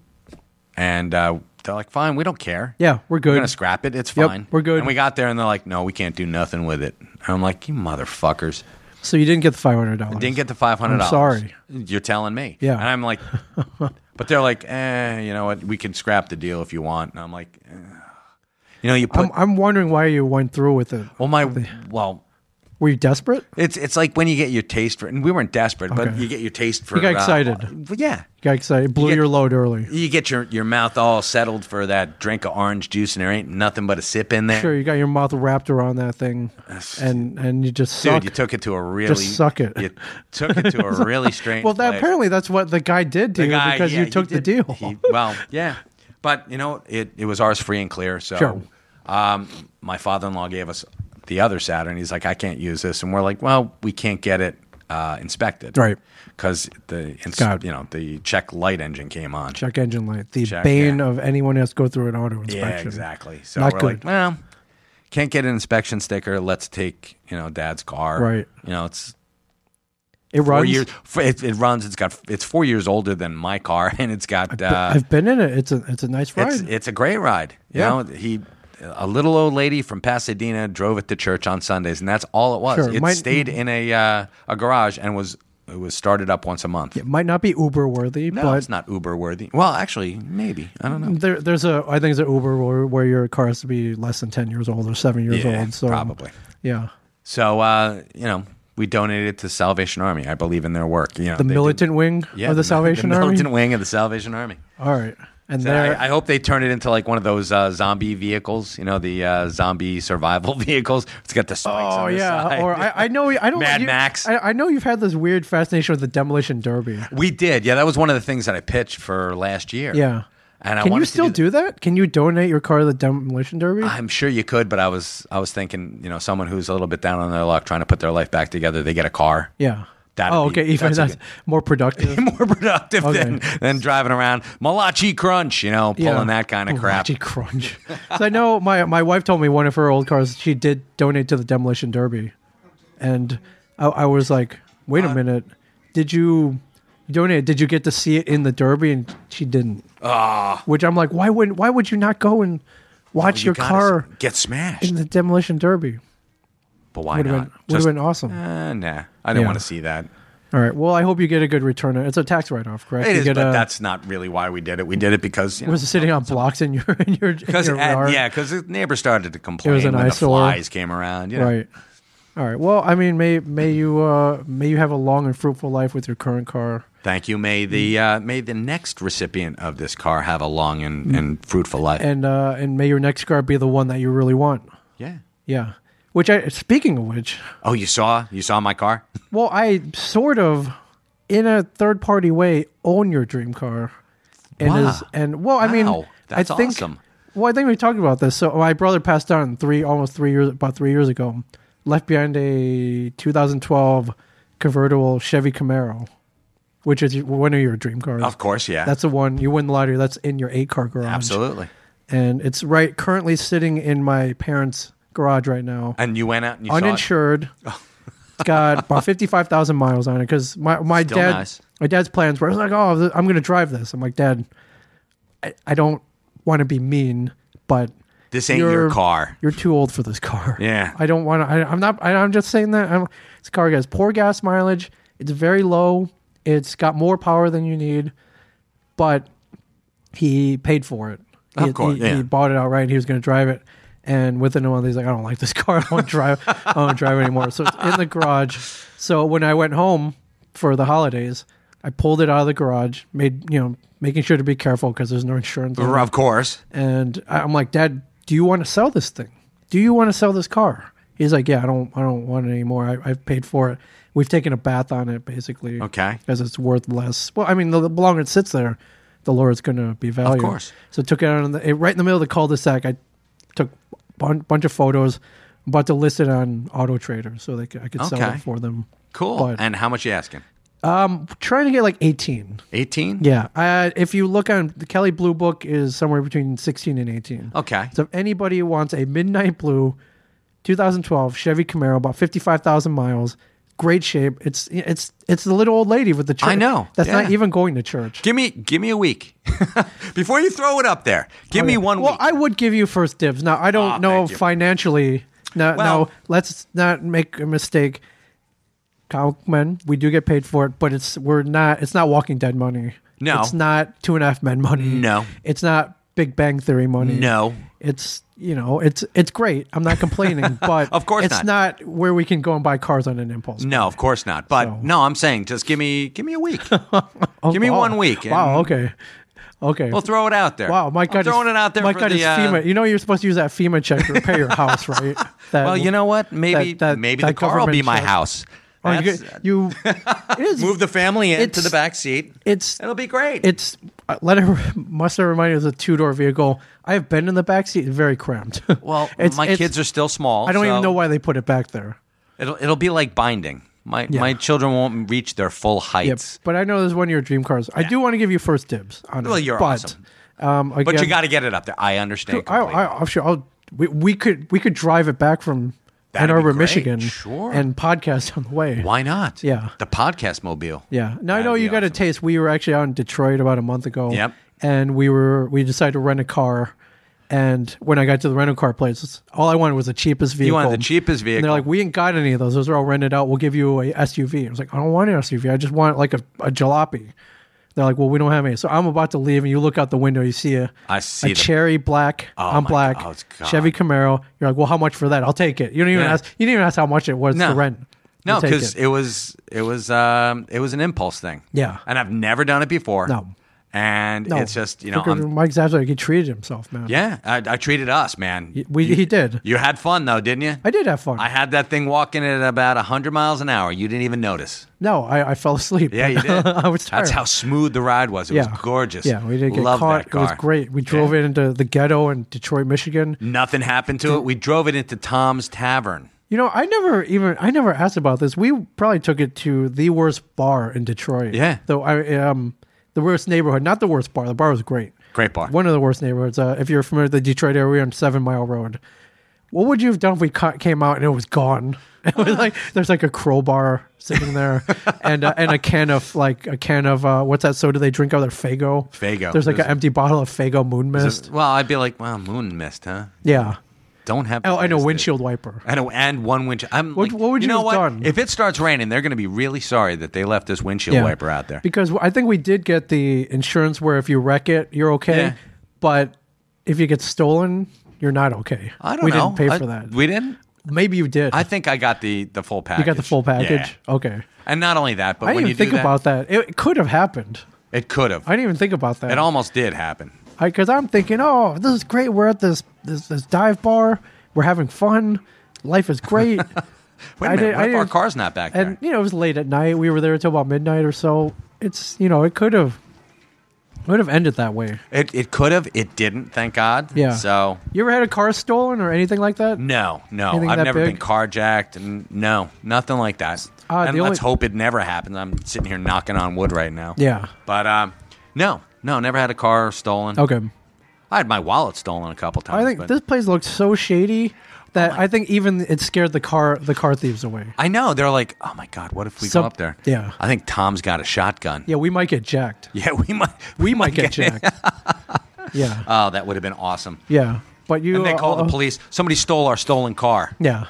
J: and uh, they're like, fine, we don't care.
I: Yeah, we're
J: we're
I: good.
J: gonna scrap it. It's
I: Yep,
J: fine.
I: we're good.
J: And we got there, and they're like, no, we can't do nothing with it. And I'm like, you motherfuckers!
I: So you didn't get the five hundred dollars.
J: Didn't get the five hundred.
I: I'm sorry.
J: You're telling me.
I: Yeah.
J: And I'm like, but they're like, eh, you know what? We can scrap the deal if you want. And I'm like, eh. you know, you put.
I: I'm, I'm wondering why you went through with it.
J: well, my well.
I: Were you desperate? You
J: It's it's like when you get your taste for, and we weren't desperate, but
I: Okay.
J: you get your taste for.
I: got
J: uh,
I: excited.
J: yeah,
I: got excited. Blew
J: You get-
I: your load early.
J: You get your, your mouth all settled for that drink of orange juice, and there ain't nothing but a sip in there.
I: Sure, you got your mouth wrapped around that thing, and and you just
J: Dude,
I: suck.
J: you took it to a really
I: suck it.
J: You took it to a really strange.
I: well, that,
J: place.
I: apparently that's what the guy did to
J: The
I: you
J: guy,
I: because
J: yeah,
I: you
J: he
I: took the
J: did-
I: deal.
J: he- well, yeah, but you know, it, it was ours free and clear. So,
I: Sure.
J: um, my father in law gave us the other Saturn. He's like, I can't use this, and we're like, well, we can't get it uh, inspected,
I: Right.
J: Because the ins-
I: Got it.
J: you know the check light engine came on.
I: Check engine light, the
J: Check,
I: bane
J: yeah.
I: of anyone who has to go through an auto inspection.
J: Yeah, exactly. So
I: Not
J: we're
I: good.
J: like, well, can't get an inspection sticker. Let's take you know dad's car.
I: Right.
J: You know it's
I: It
J: four
I: runs.
J: years. f- It, it runs. It's got. It's four years older than my car, and it's got. Uh,
I: I've been in it. It's a it's a nice ride.
J: it's it's a great ride. You
I: Yeah.
J: know he. A little old lady from Pasadena drove it to church on Sundays, and that's all it was.
I: Sure,
J: it
I: mine-
J: stayed in a uh, a garage and was It was started up once a month.
I: It might not be Uber worthy,
J: no,
I: but Mm.
J: it's not Uber worthy. Well, actually, maybe I don't know.
I: There, there's a I think it's an Uber where, where your car has to be less than ten years old or seven years
J: Yeah,
I: old. So
J: probably.
I: yeah.
J: So uh, you know, we donated to Salvation Army. I believe in their work. You know,
I: The
J: they did-
I: militant wing
J: yeah,
I: of the,
J: mi-
I: Salvation
J: the
I: Army.
J: militant wing of the Salvation Army.
I: All right, and
J: So
I: there,
J: I, I hope they turn it into like one of those uh, zombie vehicles. You know, the uh, zombie survival vehicles. It's got the spikes.
I: oh
J: on the
I: yeah,
J: side.
I: or I, I know I don't
J: Mad
I: you-
J: Max.
I: I, I know you've had this weird fascination with the demolition derby.
J: we did. Yeah, that was one of the things that I pitched for last year.
I: Yeah.
J: and I
I: Can you
J: wanted
I: still
J: to do
I: do that? Can you donate your car to the demolition derby?
J: I'm sure you could, but I was I was thinking, you know, someone who's a little bit down on their luck, trying to put their life back together, they get a car.
I: yeah.
J: That'd
I: Oh,
J: be-
I: okay. Even
J: that's a
I: that's,
J: good-
I: more productive.
J: More productive than,
I: Okay.
J: than driving around Malachi Crunch, you know, pulling
I: Yeah.
J: that kind of
I: Oh,
J: crap.
I: Richie Crunch. so I know my my wife told me one of her old cars she did donate to the demolition derby, and I, I was like, wait
J: Uh,
I: a minute, did you donate? Did you get to see it in the derby? And she didn't.
J: Ah.
I: Which I'm like, why wouldn't? Why would you not go and watch
J: You
I: your
J: gotta
I: car
J: s- get smashed,
I: in the demolition derby?
J: but why
I: Would have
J: not?
I: been would have
J: Just-
I: been awesome.
J: Eh, nah, I didn't
I: Yeah.
J: want to see that.
I: All right. Well, I hope you get a good return. It's a tax write off, correct?
J: It
I: you
J: is,
I: get
J: but
I: a-
J: that's not really why we did it. We did it because you know,
I: was it sitting on blocks in your in your, in
J: because
I: your yard?
J: yeah, because the neighbor started to complain
I: an
J: when the
I: eyesore.
J: flies came around. You know.
I: Right. All right. Well, I mean, may may you uh, may you have a long and fruitful life with your current car.
J: Thank you. May the
I: Mm.
J: uh, may the next recipient of this car have a long and, and fruitful life.
I: Mm. and uh, and may your next car be the one that you really want.
J: yeah.
I: Yeah. Which I speaking of which,
J: Oh, you saw you saw my car.
I: well, I sort of, in a third party way, own your dream car, and
J: Wow.
I: is and well, I mean,
J: Wow. That's
I: I think,
J: awesome.
I: Well, I think we talked about this. So my brother passed on three almost three years about three years ago, left behind a 2012 convertible Chevy Camaro, which is one of your dream cars.
J: Of course, yeah.
I: That's the one you win the lottery. That's in your eight car garage.
J: absolutely.
I: and it's right currently sitting in my parents' garage right now,
J: And you went out and you saw
I: uninsured. It's got about fifty-five thousand miles on it because my my
J: Still
I: dad
J: nice.
I: my dad's plans were I was like, oh, th- I'm going to drive this. I'm like, Dad, I, I don't want to be mean, but
J: it. This ain't your
I: you're-
J: car.
I: You're too old for this car.
J: Yeah.
I: I don't want to. I'm not. I, I'm just saying that. I'm, this car has poor gas mileage. It's very low. It's got more power than you need, but he paid for it. He-
J: Of course,
I: he,
J: yeah.
I: he bought it outright. He was going to drive it, and within a month, he's like, "I don't like this car. I don't drive. I don't drive it anymore." So it's in the garage. So when I went home for the holidays, I pulled it out of the garage. Made you know, making sure to be careful because there's no insurance. on it.
J: Of course.
I: And I- I'm like, Dad, do you want to sell this thing? Do you want to sell this car? He's like, Yeah, I don't, I don't want it anymore. I, I've paid for it. We've taken a bath on it, basically.
J: Okay.
I: because it's worth less. Well, I mean, the, the longer it sits there, the lower it's going to be valued.
J: course.
I: So I took it out in the, it, right in the middle of the cul-de-sac. I took a bun- bunch of photos, about to list it on Auto Trader, so they could, I could sell
J: Okay.
I: it for them.
J: Cool.
I: But-
J: and how much you asking?
I: Trying to get like eighteen.
J: Eighteen.
I: Yeah, uh, if you look on the Kelly Blue Book, is somewhere between sixteen and eighteen.
J: Okay.
I: So if anybody wants a midnight blue 2012 Chevy Camaro, about 55,000 miles, great shape. It's it's it's the little old lady with the church.
J: I know,
I: That's not
J: yeah.
I: even going to church.
J: Give me give me a week before you throw it up there. Give me one
I: well,
J: week.
I: I would give you first dibs. Now, I don't
J: Ah,
I: know
J: thank you.
I: financially. Now,
J: Well-
I: now, let's not make a mistake. Kaufman, we do get paid for it, but it's we're not. It's not Walking Dead money.
J: No.
I: it's not Two and a Half Men money.
J: No.
I: it's not Big Bang Theory money.
J: No.
I: it's you know, it's it's great. I'm not complaining, but
J: Of course
I: it's not. where we can go and buy cars on an impulse.
J: no, of course not. But
I: So- Oh,
J: no, I'm saying just give me give me a week. give me
I: Wow.
J: one week. and
I: Wow. Okay. Okay.
J: We'll throw it out there.
I: Wow, my
J: I'm
I: God!
J: throwing it out there
I: My
J: for
I: God,
J: the
I: it's
J: uh,
I: FEMA. You know you're supposed to use that FEMA check to repair your house, right? That-
J: Well, you know what? Maybe
I: that- that-
J: maybe
I: that
J: the car will be
I: government
J: my
I: check.
J: house.
I: Oh, you,
J: That's-
I: get- you it is,
J: move the family into
I: It's-
J: the back seat.
I: It's
J: It'll be great.
I: it's. uh, Let it must I remind you, it's a two door vehicle. I have been in the back seat, very cramped.
J: well,
I: it's-
J: my
I: it's-
J: kids are still small.
I: I don't
J: so
I: even know why they put it back there.
J: It'll it'll be like binding. My my children won't reach their full
I: Yep.
J: heights.
I: But I know this is one of your dream cars. I do want to give you first dibs on it.
J: Well, you're
I: but,
J: awesome.
I: Um, again,
J: But you got to get it up there. I understand.
I: I,
J: completely.
I: I, I'm sure I'll, we, we could we could drive it back from
J: That'd
I: Ann
J: be
I: Arbor,
J: great.
I: Michigan,
J: Sure.
I: and podcast on the way.
J: Why not?
I: Yeah.
J: The podcast mobile.
I: Yeah. Now I
J: That'd
I: know
J: be
I: you got a
J: awesome.
I: taste. We were actually out in Detroit about a month ago.
J: Yep.
I: And we were we decided to rent a car And when I got to the rental car place, all I wanted was the cheapest vehicle.
J: wanted the cheapest
I: And
J: vehicle.
I: they're like, we ain't got any of those. Those are all rented out. We'll give you a SUV. I was like, I don't want an SUV. I just want like a, a jalopy. They're like, well, we don't have any. So I'm about to leave, and you look out the window, you see a,
J: I see
I: a
J: the-
I: cherry black on
J: my
I: black
J: God. Oh, God.
I: Chevy Camaro. You're like, well, how much for that? I'll take it. You don't even
J: Yeah.
I: ask. You didn't even ask how much it was
J: No.
I: to rent. You
J: No,
I: take
J: because
I: it.
J: it. was it was um it was an impulse thing.
I: Yeah.
J: and I've never done it before.
I: No.
J: and it's just you know,
I: Because
J: I'm-
I: Mike's absolutely he treated himself, man.
J: yeah, I, I treated us, man.
I: we
J: You-
I: he did.
J: You had fun though, didn't you?
I: I did have fun.
J: I had that thing walking at about hundred miles an hour. You didn't even notice.
I: no, I, I fell asleep.
J: Yeah, you did.
I: I was tired.
J: That's how smooth the ride was. It was gorgeous.
I: Yeah, we did get
J: Love
I: caught.
J: That car.
I: It was great. We drove
J: Yeah.
I: it into the ghetto in Detroit, Michigan.
J: Nothing happened to it. We drove it into Tom's Tavern.
I: You know, I never even I never asked about this. We probably took it to the worst bar in Detroit.
J: Yeah.
I: though I um the worst neighborhood, not the worst bar. The bar was great.
J: Great bar.
I: One of the worst neighborhoods. Uh, if you're familiar with the Detroit area on Seven Mile Road, what would you have done if we ca- came out and it was gone? It was like there's like a crowbar sitting there, and uh, and a can of like a can of uh, what's that soda they drink out of their Fago?
J: Faygo.
I: There's like
J: There's-
I: an empty bottle of Fago Moon Mist.
J: Well, I'd be like, wow, moon mist, huh?
I: yeah.
J: Don't have.
I: Oh, and a
J: mist.
I: windshield wiper.
J: And, a, and one windshield. I'm
I: What-
J: like,
I: what would you
J: know
I: have
J: what?
I: done?
J: If it starts raining, they're going to be really sorry that they left this windshield wiper out there.
I: Because I think we did get the insurance where if you wreck it, you're okay.
J: Yeah.
I: But if you get stolen, you're not okay.
J: I don't
I: we
J: know.
I: didn't pay
J: I-
I: for that.
J: We didn't.
I: Maybe you did.
J: I think I got the the full package.
I: you got the full package.
J: Yeah.
I: Okay.
J: And not only that,
I: I
J: but when
I: didn't
J: you
I: even think
J: do that,
I: about that. It could have happened.
J: it could have.
I: I didn't even think about that.
J: It almost did happen.
I: Because I'm thinking, oh, this is great. We're at this this, this dive bar. We're having fun. Life is great.
J: Wait a
I: I
J: minute.
I: did-
J: what
I: I
J: if our
I: didn't-
J: car's not back there?
I: and you know it was late at night. We were there until about midnight or so. It's you know it could have would have ended that way.
J: It it could have. It didn't. Thank God.
I: Yeah.
J: So
I: You ever had a car stolen or anything like that?
J: no, no.
I: Anything
J: I've
I: that
J: never
I: big?
J: been carjacked. And no, nothing like that.
I: Uh,
J: and
I: the
J: let's
I: only-
J: hope it never happens. I'm sitting here knocking on wood right now.
I: Yeah.
J: But um, no, no. Never had a car stolen.
I: Okay.
J: I had my wallet stolen a couple times.
I: I think
J: but- Oh
I: this place looked so shady that I think even it scared the car the car thieves away.
J: I know. They're like, oh my god, what if we
I: Some-
J: go up there?
I: yeah.
J: I think Tom's got a shotgun.
I: Yeah, we might get jacked.
J: Yeah, we might.
I: We might get jacked. yeah.
J: Oh, that would have been awesome.
I: yeah. But you
J: And they call
I: uh,
J: the police. Somebody stole our stolen car.
I: Yeah.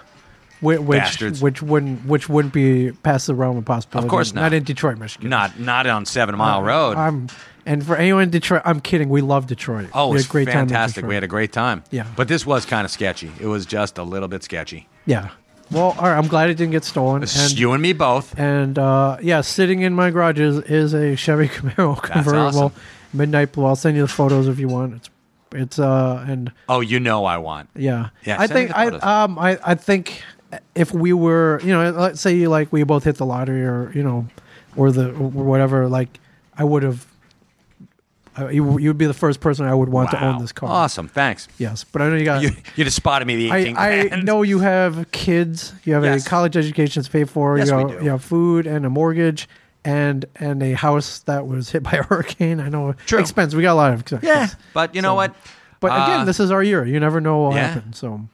I: Whi- Which,
J: Bastards.
I: which wouldn't which wouldn't be past the realm of possibility.
J: Of course not.
I: Not in Detroit, Michigan.
J: Not not on Seven Mile Road.
I: Uh, I'm and for anyone in Detroit, I'm kidding. We love Detroit.
J: Oh, it
I: we
J: was
I: had a great time in
J: fantastic.
I: Detroit.
J: we had a great time.
I: Yeah.
J: But this was kind of sketchy. It was just a little bit sketchy.
I: yeah. Well, all right. I'm glad it didn't get stolen. And,
J: you and me both.
I: and uh, yeah, sitting in my garage is, is a Chevy Camaro convertible,
J: awesome.
I: midnight blue. I'll send you the photos if you want. It's it's uh and
J: Oh, you know I want.
I: yeah,
J: Yeah,
I: I
J: send me
I: think
J: the
I: I
J: photos.
I: um I I think if we were you know let's say you like we both hit the lottery or you know or the or whatever like I would have. I, you, you would be the first person I would want to
J: Wow.
I: own this car.
J: Awesome. Thanks.
I: Yes, but I know you got.
J: You, you just spotted me the 18
I: I, I
J: grand.
I: know you have kids. You have
J: Yes.
I: a college education to pay for.
J: Yes,
I: you,
J: we
I: have,
J: do.
I: you have food and a mortgage and and a house that was hit by a hurricane. I know
J: True.
I: expense. We got a lot of expense.
J: Yeah. But you know
I: So-
J: what?
I: But
J: Uh,
I: again, this is our year. You never know what will
J: yeah.
I: happen. So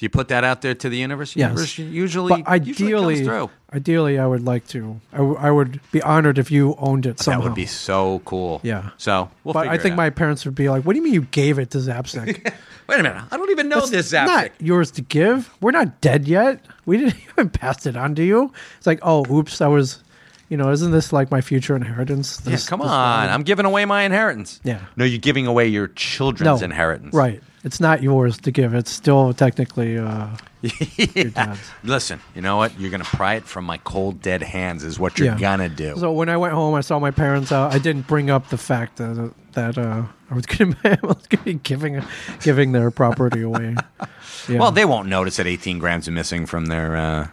J: You put that out there to the universe.
I: Yes.
J: Universe usually,
I: but ideally,
J: usually comes through.
I: ideally, I would like to. I, w- I would be honored if you owned it somehow.
J: That would be so cool.
I: Yeah.
J: So we'll
I: but I
J: figure
I: think
J: it
I: my
J: out.
I: parents would be like, "What do you mean you gave it to Zapsek?
J: Wait a minute. I don't even know this Zapsec.
I: not yours to give. We're not dead yet. We didn't even pass it on to you. It's like, oh, oops, I was, you know, isn't this like my future inheritance?
J: Yeah,
I: This,
J: come
I: this
J: on.
I: land?
J: I'm giving away my inheritance.
I: Yeah.
J: No, you're giving away your children's inheritance.
I: Right. It's not yours to give. It's still technically uh, your
J: Yeah.
I: dad's.
J: Listen, you know what? You're going to pry it from my cold, dead hands, is what you're
I: Yeah.
J: going to do.
I: So when I went home, I saw my parents. Uh, I didn't bring up the fact that that uh, I was going to be giving giving their property away. Yeah.
J: Well, they won't notice that 18 grams are missing from their. Uh,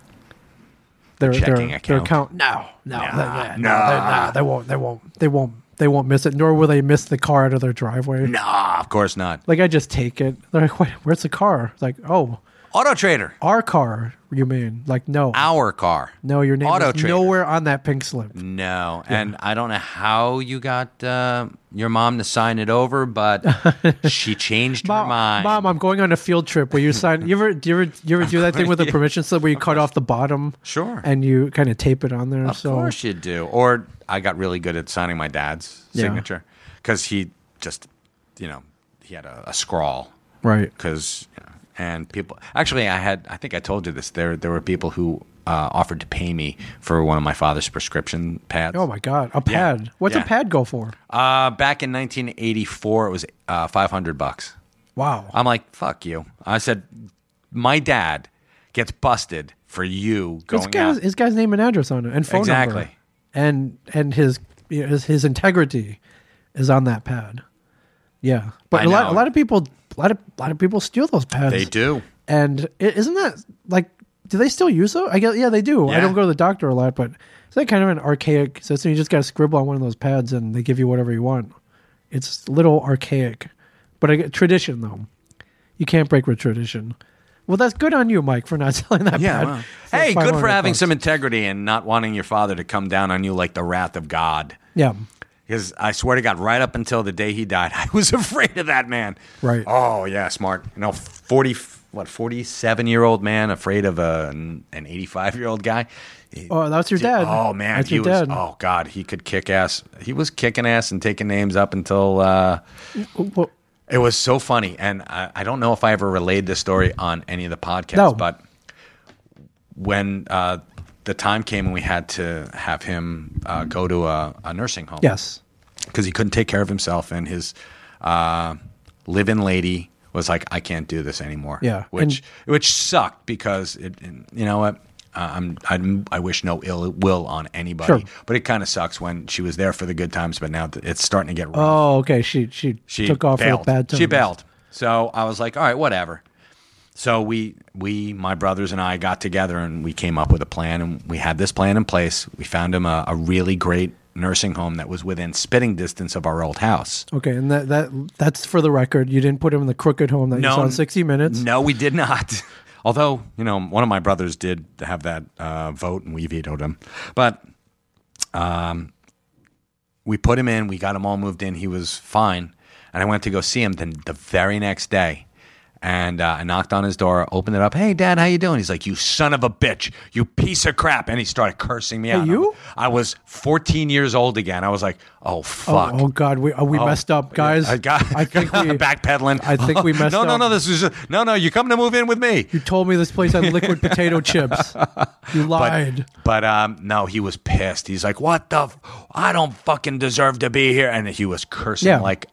I: their their,
J: checking
I: their
J: account.
I: account. No, no,
J: Nah,
I: they- yeah, no,
J: nah.
I: they- nah, they won't. They won't. They won't. They won't miss it. Nor will they miss the car out of their driveway.
J: nah, of course not.
I: Like I just take it. They're like, Wait, where's the car? It's like, oh,
J: Auto Trader,
I: our car. You mean? Like, no,
J: our car.
I: no, your name
J: Auto
I: is
J: Trader.
I: nowhere on that pink slip.
J: No. And I don't know how you got uh, your mom to sign it over, but she changed her
I: Mom,
J: mind.
I: Mom, I'm going on a field trip. Will you sign? You ever, do you ever, you ever do that thing with a permission slip where you cut off the bottom?
J: Sure.
I: And you kind of tape it on there.
J: Of
I: so
J: course you do. Or I got really good at signing my dad's
I: Yeah.
J: signature because he just, you know, he had a, a scrawl.
I: Right.
J: because and people actually I had I think I told you this there there were people who uh, offered to pay me for one of my father's prescription pads.
I: Oh my God, a pad. What's
J: Yeah.
I: a pad go for?
J: Uh, back in 1984, it was uh, 500 bucks.
I: Wow.
J: I'm like, fuck you. I said, my dad gets busted for you
I: This
J: going
I: guy's,
J: out.
I: his guy's name and address on it, and phone number,
J: Exactly.
I: and and his, you know, his his integrity is on that pad. Yeah, but
J: I
I: a lot
J: know.
I: a lot of people a lot of a lot of people steal those pads.
J: They do.
I: and i- isn't that like? Do they still use them? I guess yeah, they do. I
J: Yeah.
I: don't go to the doctor a lot, but is that kind of an archaic system? You just got to scribble on one of those pads, and they give you whatever you want. It's a little archaic, but I get tradition though. You can't break with tradition. Well, that's good on you, Mike, for not selling that
J: Yeah.
I: pad.
J: wow.
I: for
J: Hey, good for
I: 500
J: having
I: bucks.
J: some integrity and not wanting your father to come down on you like the wrath of God.
I: Yeah.
J: Because I swear to God, right up until the day he died, I was afraid of that man.
I: Right.
J: Oh yeah, smart. You know, forty what forty seven year old man afraid of a, an eighty five year old guy. He-
I: Oh, that's your dad.
J: Oh man,
I: That's
J: he
I: your
J: was.
I: dad.
J: Oh god, he could kick ass. He was kicking ass and taking names up until uh,
I: Well,
J: it was so funny. And I, I don't know if I ever relayed this story on any of the podcasts,
I: No.
J: but when uh, the time came and we had to have him uh, go to a, a nursing home,
I: yes.
J: because he couldn't take care of himself, and his uh, live-in lady was like, "I can't do this anymore."
I: Yeah,
J: which which sucked because it, you know what. Uh, I'm, I'm. I wish no ill will on anybody,
I: Sure.
J: but it kind of sucks when she was there for the good times, but now th- it's starting to get rough.
I: Oh, okay. She she,
J: she
I: took off
J: bailed.
I: with bad times.
J: She bailed. So I was like, all right, whatever. So we we my brothers and I got together and we came up with a plan and we had this plan in place. We found him a, a really great nursing home that was within spitting distance of our old house.
I: Okay, and that that that's for the record. You didn't put him in the crooked home that you saw in 60 Minutes.
J: No, we did not. Although, you know, one of my brothers did have that uh, vote and we vetoed him. But um, we put him in, we got him all moved in. He was fine. And I went to go see him then the very next day. And uh, I knocked on his door, opened it up. Hey, Dad, how you doing? He's like, "You son of a bitch, you piece of crap!" And he started cursing me out. I'm-
I: you?
J: I was 14 years old again. I was like, "Oh fuck!"
I: Oh, oh God, we uh, we messed up, guys.
J: I got,
I: I think we
J: backpedaling.
I: I think we messed
J: no, No,
I: up.
J: no, This is just, no, no. You come to move in with me.
I: You told me this place had liquid potato chips. You lied.
J: But um, no, he was pissed. He's like, "What the? F- I don't fucking deserve to be here," and he was cursing
I: Yeah.
J: like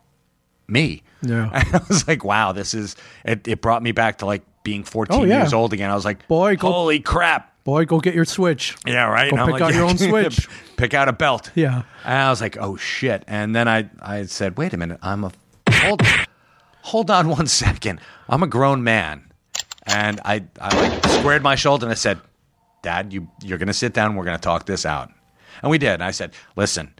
J: me.
I: Yeah.
J: and I was like, "Wow, this is." It, it brought me back to like being 14
I: Oh, yeah.
J: years old again. I was like,
I: Boy, go-
J: holy crap!"
I: Boy, go get your switch.
J: Yeah, right.
I: Go
J: And I'm
I: pick
J: like,
I: out
J: yeah,
I: your own switch.
J: pick out a belt.
I: Yeah.
J: And I was like, oh shit. And then I, I said, wait a minute, I'm a hold, hold on one second. I'm a grown man. And I, I like squared my shoulder and I said, Dad, you you're gonna sit down, we're gonna talk this out. And we did. And I said, Listen,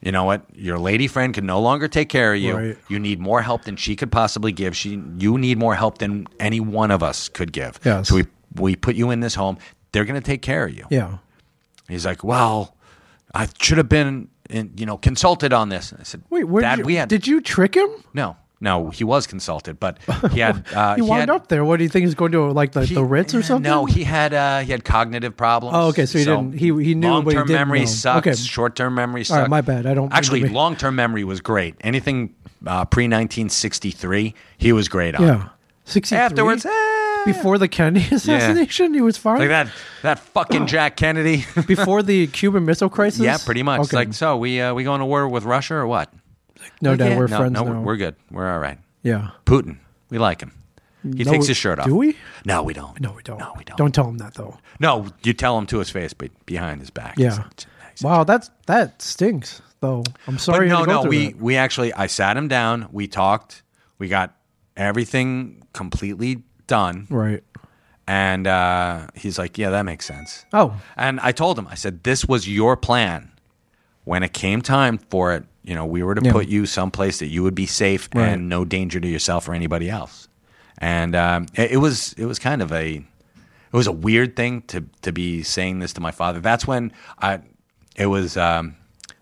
J: you know what? Your lady friend can no longer take care of you.
I: Right.
J: You need more help than she could possibly give. She you need more help than any one of us could give.
I: Yes.
J: So we we put you in this home. They're gonna take care of you.
I: Yeah.
J: He's like, "Well, I should have been, in, you know, consulted on this." And I said,
I: Wait, where
J: Dad,
I: did you,
J: we had
I: did you trick him?
J: no, no, he was consulted, but he had uh,
I: he wound
J: had,
I: up there. What do you think he's going to like the,
J: he-
I: the Ritz or something?
J: No, he had uh, he had cognitive problems.
I: Oh, okay, so he didn't- he- he knew, but he
J: long-term
I: didn't
J: memory
I: know.
J: sucked.
I: Okay.
J: Short-term memory
I: All
J: sucked.
I: right, my bad. I don't mean to
J: actually
I: be-
J: long-term memory was great. Anything uh, pre 1963, he was great on.
I: yeah. 63?
J: Afterwards, eh,
I: before the Kennedy assassination, he was fine.
J: like that that fucking Jack Kennedy.
I: Before the Cuban Missile Crisis.
J: yeah, pretty much.
I: Okay.
J: Like, so we uh, we going to war with Russia or what?
I: no, Dad,
J: Yeah,
I: we're
J: no,
I: friends
J: no,
I: now.
J: we're good. We're all right.
I: yeah.
J: Putin, we like him. He
I: No,
J: takes
I: we-
J: his shirt off.
I: do we?
J: No, we don't.
I: No, we don't.
J: No, we don't.
I: Don't tell him that though.
J: No, you tell him to his face, but behind his back.
I: Yeah.
J: It's nice.
I: Wow, that's that stinks though. I'm
J: But
I: sorry. you had
J: no,
I: to go
J: no,
I: through
J: we
I: that.
J: we actually I sat him down. We talked. We got everything completely done,
I: right.
J: and uh, he's like, "Yeah, that makes sense."
I: Oh,
J: And I told him, I said, this was your plan. When it came time for it, you know, we were to
I: Yeah.
J: put you someplace that you would be safe
I: Right.
J: and no danger to yourself or anybody else. And um, it, it was it was kind of a it was a weird thing to to be saying this to my father. That's when I it was um,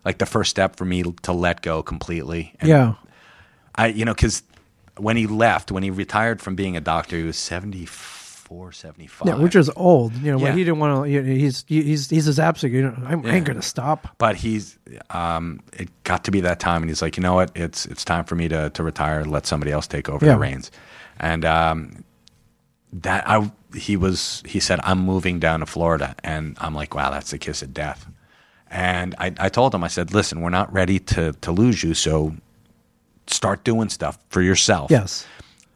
J: like the first step for me to let go completely. And
I: yeah.
J: I you know because when he left, when he retired from being a doctor, he was 74, 75.
I: Yeah, which is old. You know, but
J: Uh, Yeah.
I: he didn't want to. You know, he's he's he's dyslexic. You know, I'm, I ain't gonna stop.
J: but he's um, it got to be that time and he's like you know what it's it's time for me to to retire let somebody else take over
I: Yeah.
J: the reins and um, that I he was he said I'm moving down to Florida, and I'm like, wow, that's the kiss of death. And I, I told him, I said, listen, we're not ready to to lose you, so start doing stuff for yourself.
I: Yes.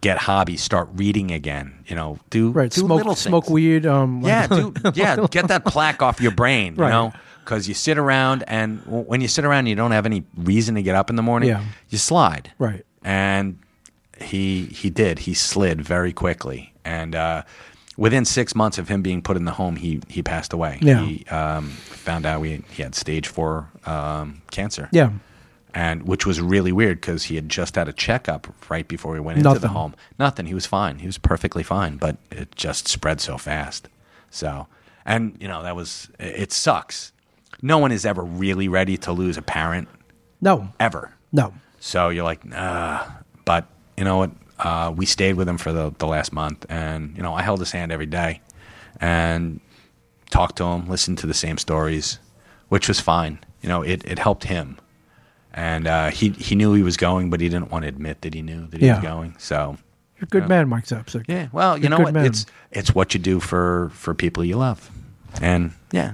J: Get hobbies, start reading again. You know, do
I: Right.
J: do little
I: smoke
J: things.
I: smoke weed. Um,
J: Yeah, dude. Yeah, get that plaque off your brain. You
I: Right.
J: know, because you sit around, and w- when you sit around, and you don't have any reason to get up in the morning.
I: Yeah.
J: you slide.
I: Right.
J: And he he did. He slid very quickly, and uh, within six months of him being put in the home, he he passed away.
I: Yeah.
J: He um, found out we, he had stage four um, cancer
I: Yeah.
J: and which was really weird because he had just had a checkup right before he went into the
I: Nothing.
J: home. Nothing. He was fine. He was perfectly fine, but it just spread so fast. So, and you know that was it- it sucks. No one is ever really ready to lose a parent
I: No.
J: ever.
I: No.
J: So you're like, nah. But you know what? Uh, we stayed with him for the, the last month, and you know I held his hand every day, and talked to him, listened to the same stories, which was fine. You know, it, it helped him, and uh, he he knew he was going, but he didn't want to admit that he knew that he
I: Yeah.
J: was going. So
I: You're a good man, Mike Zapsik.
J: yeah, well, you
I: You're a
J: know
I: good
J: what?
I: man.
J: It's it's what you do for for people you love, and yeah,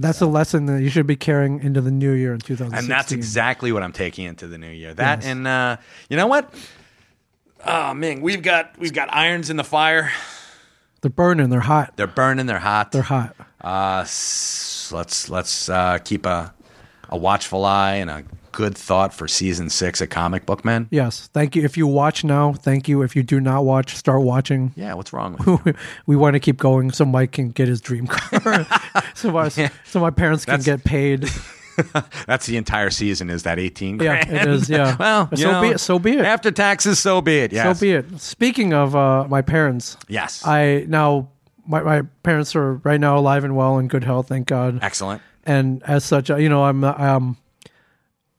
I: That's a lesson that you should be carrying into the new year in 2016.
J: and that's exactly what I'm taking into the new year. That
I: Yes.
J: and uh, you know what? Oh, Ming, we've got we've got irons in the fire.
I: They're burning. They're hot.
J: They're burning. They're hot.
I: They're hot.
J: Uh, s- let's let's uh, keep a a watchful eye and a good thought for season six of Comic Book Men.
I: Yes. Thank you. If you watch now, thank you. If you do not watch, start watching.
J: Yeah, what's wrong with you?
I: we want to keep going so Mike can get his dream car. so, my, so my parents can
J: That's-
I: get paid.
J: That's the entire season. Is that eighteen?
I: Yeah,
J: grand?
I: it is, yeah.
J: well,
I: So
J: you know,
I: be it, so be it.
J: After taxes, so be it. Yes.
I: So be it. Speaking of uh, my parents,
J: Yes.
I: I now my, my parents are right now alive and well and good health, thank God.
J: Excellent.
I: And as such, uh, you know, I'm um,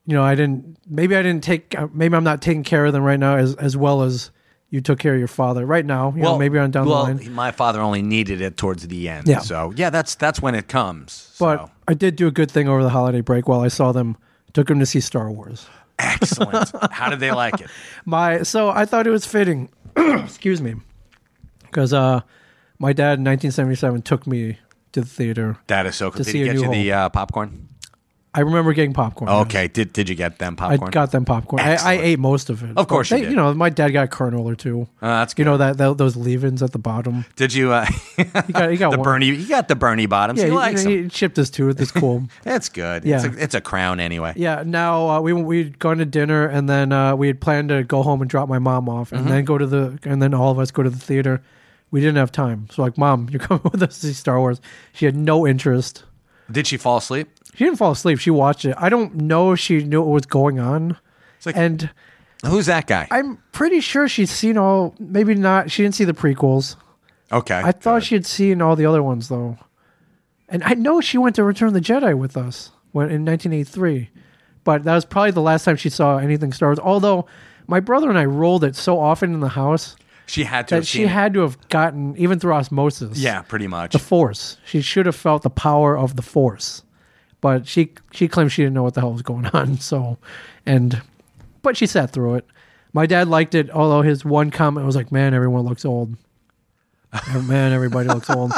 I: you know, I didn't maybe I didn't take uh, maybe I'm not taking care of them right now as as well as you took care of your father right now. You know, maybe on down
J: well,
I: the line.
J: my father only needed it towards the end.
I: Yeah.
J: So yeah, that's that's when it comes.
I: But
J: so.
I: I did do a good thing over the holiday break while I saw them. Took them to see Star Wars.
J: excellent. How did they like it?
I: my so I thought it was fitting. Excuse me, because uh, my dad in 1977 took me to the theater.
J: That is so cool.
I: To
J: Did
I: see
J: he
I: a
J: get
I: new
J: you the uh, popcorn?
I: I remember getting popcorn.
J: Okay. Did did you get them
I: I
J: Oh, popcorn?
I: got them popcorn. I, I
J: Excellent.
I: ate most of it. But
J: course you
I: they-
J: did.
I: You know, my dad got a kernel or two.
J: Uh, that's
I: you know that, that those leave-ins at the bottom.
J: Did you? Uh,
I: He got, he got
J: the
I: one.
J: Bernie. You got the Bernie bottoms.
I: Yeah,
J: he
I: he,
J: likes
I: he,
J: them.
I: chipped his tooth. It's cool.
J: That's good. It's,
I: Yeah.
J: a, it's a crown anyway.
I: yeah. Now uh, we we'd gone to dinner and then uh, we had planned to go home and drop my mom off
J: Mm-hmm.
I: and then go to the and then all of us go to the theater. We didn't have time. So like, mom, you're coming with us to see Star Wars. She had no interest.
J: Did she fall asleep?
I: She didn't fall asleep. She watched it. I don't know if she knew what was going on.
J: like-
I: and
J: Who's that guy?
I: I'm pretty sure she's seen all, maybe not. She didn't see the prequels.
J: okay.
I: I thought she had seen all the other ones, though. And I know she went to Return of the Jedi with us when, in 1983, but that was probably the last time she saw anything Star Wars. Although my brother and I rolled it so often in the house
J: she had to.
I: that
J: Have
I: she
J: seen it.
I: had to have gotten, even through osmosis,
J: Yeah, pretty much.
I: the Force. She should have felt the power of the Force. But she she claimed she didn't know what the hell was going on. So, and but she sat through it. My dad liked it, although his one comment was like, "Man, everyone looks old." Man, everybody looks old.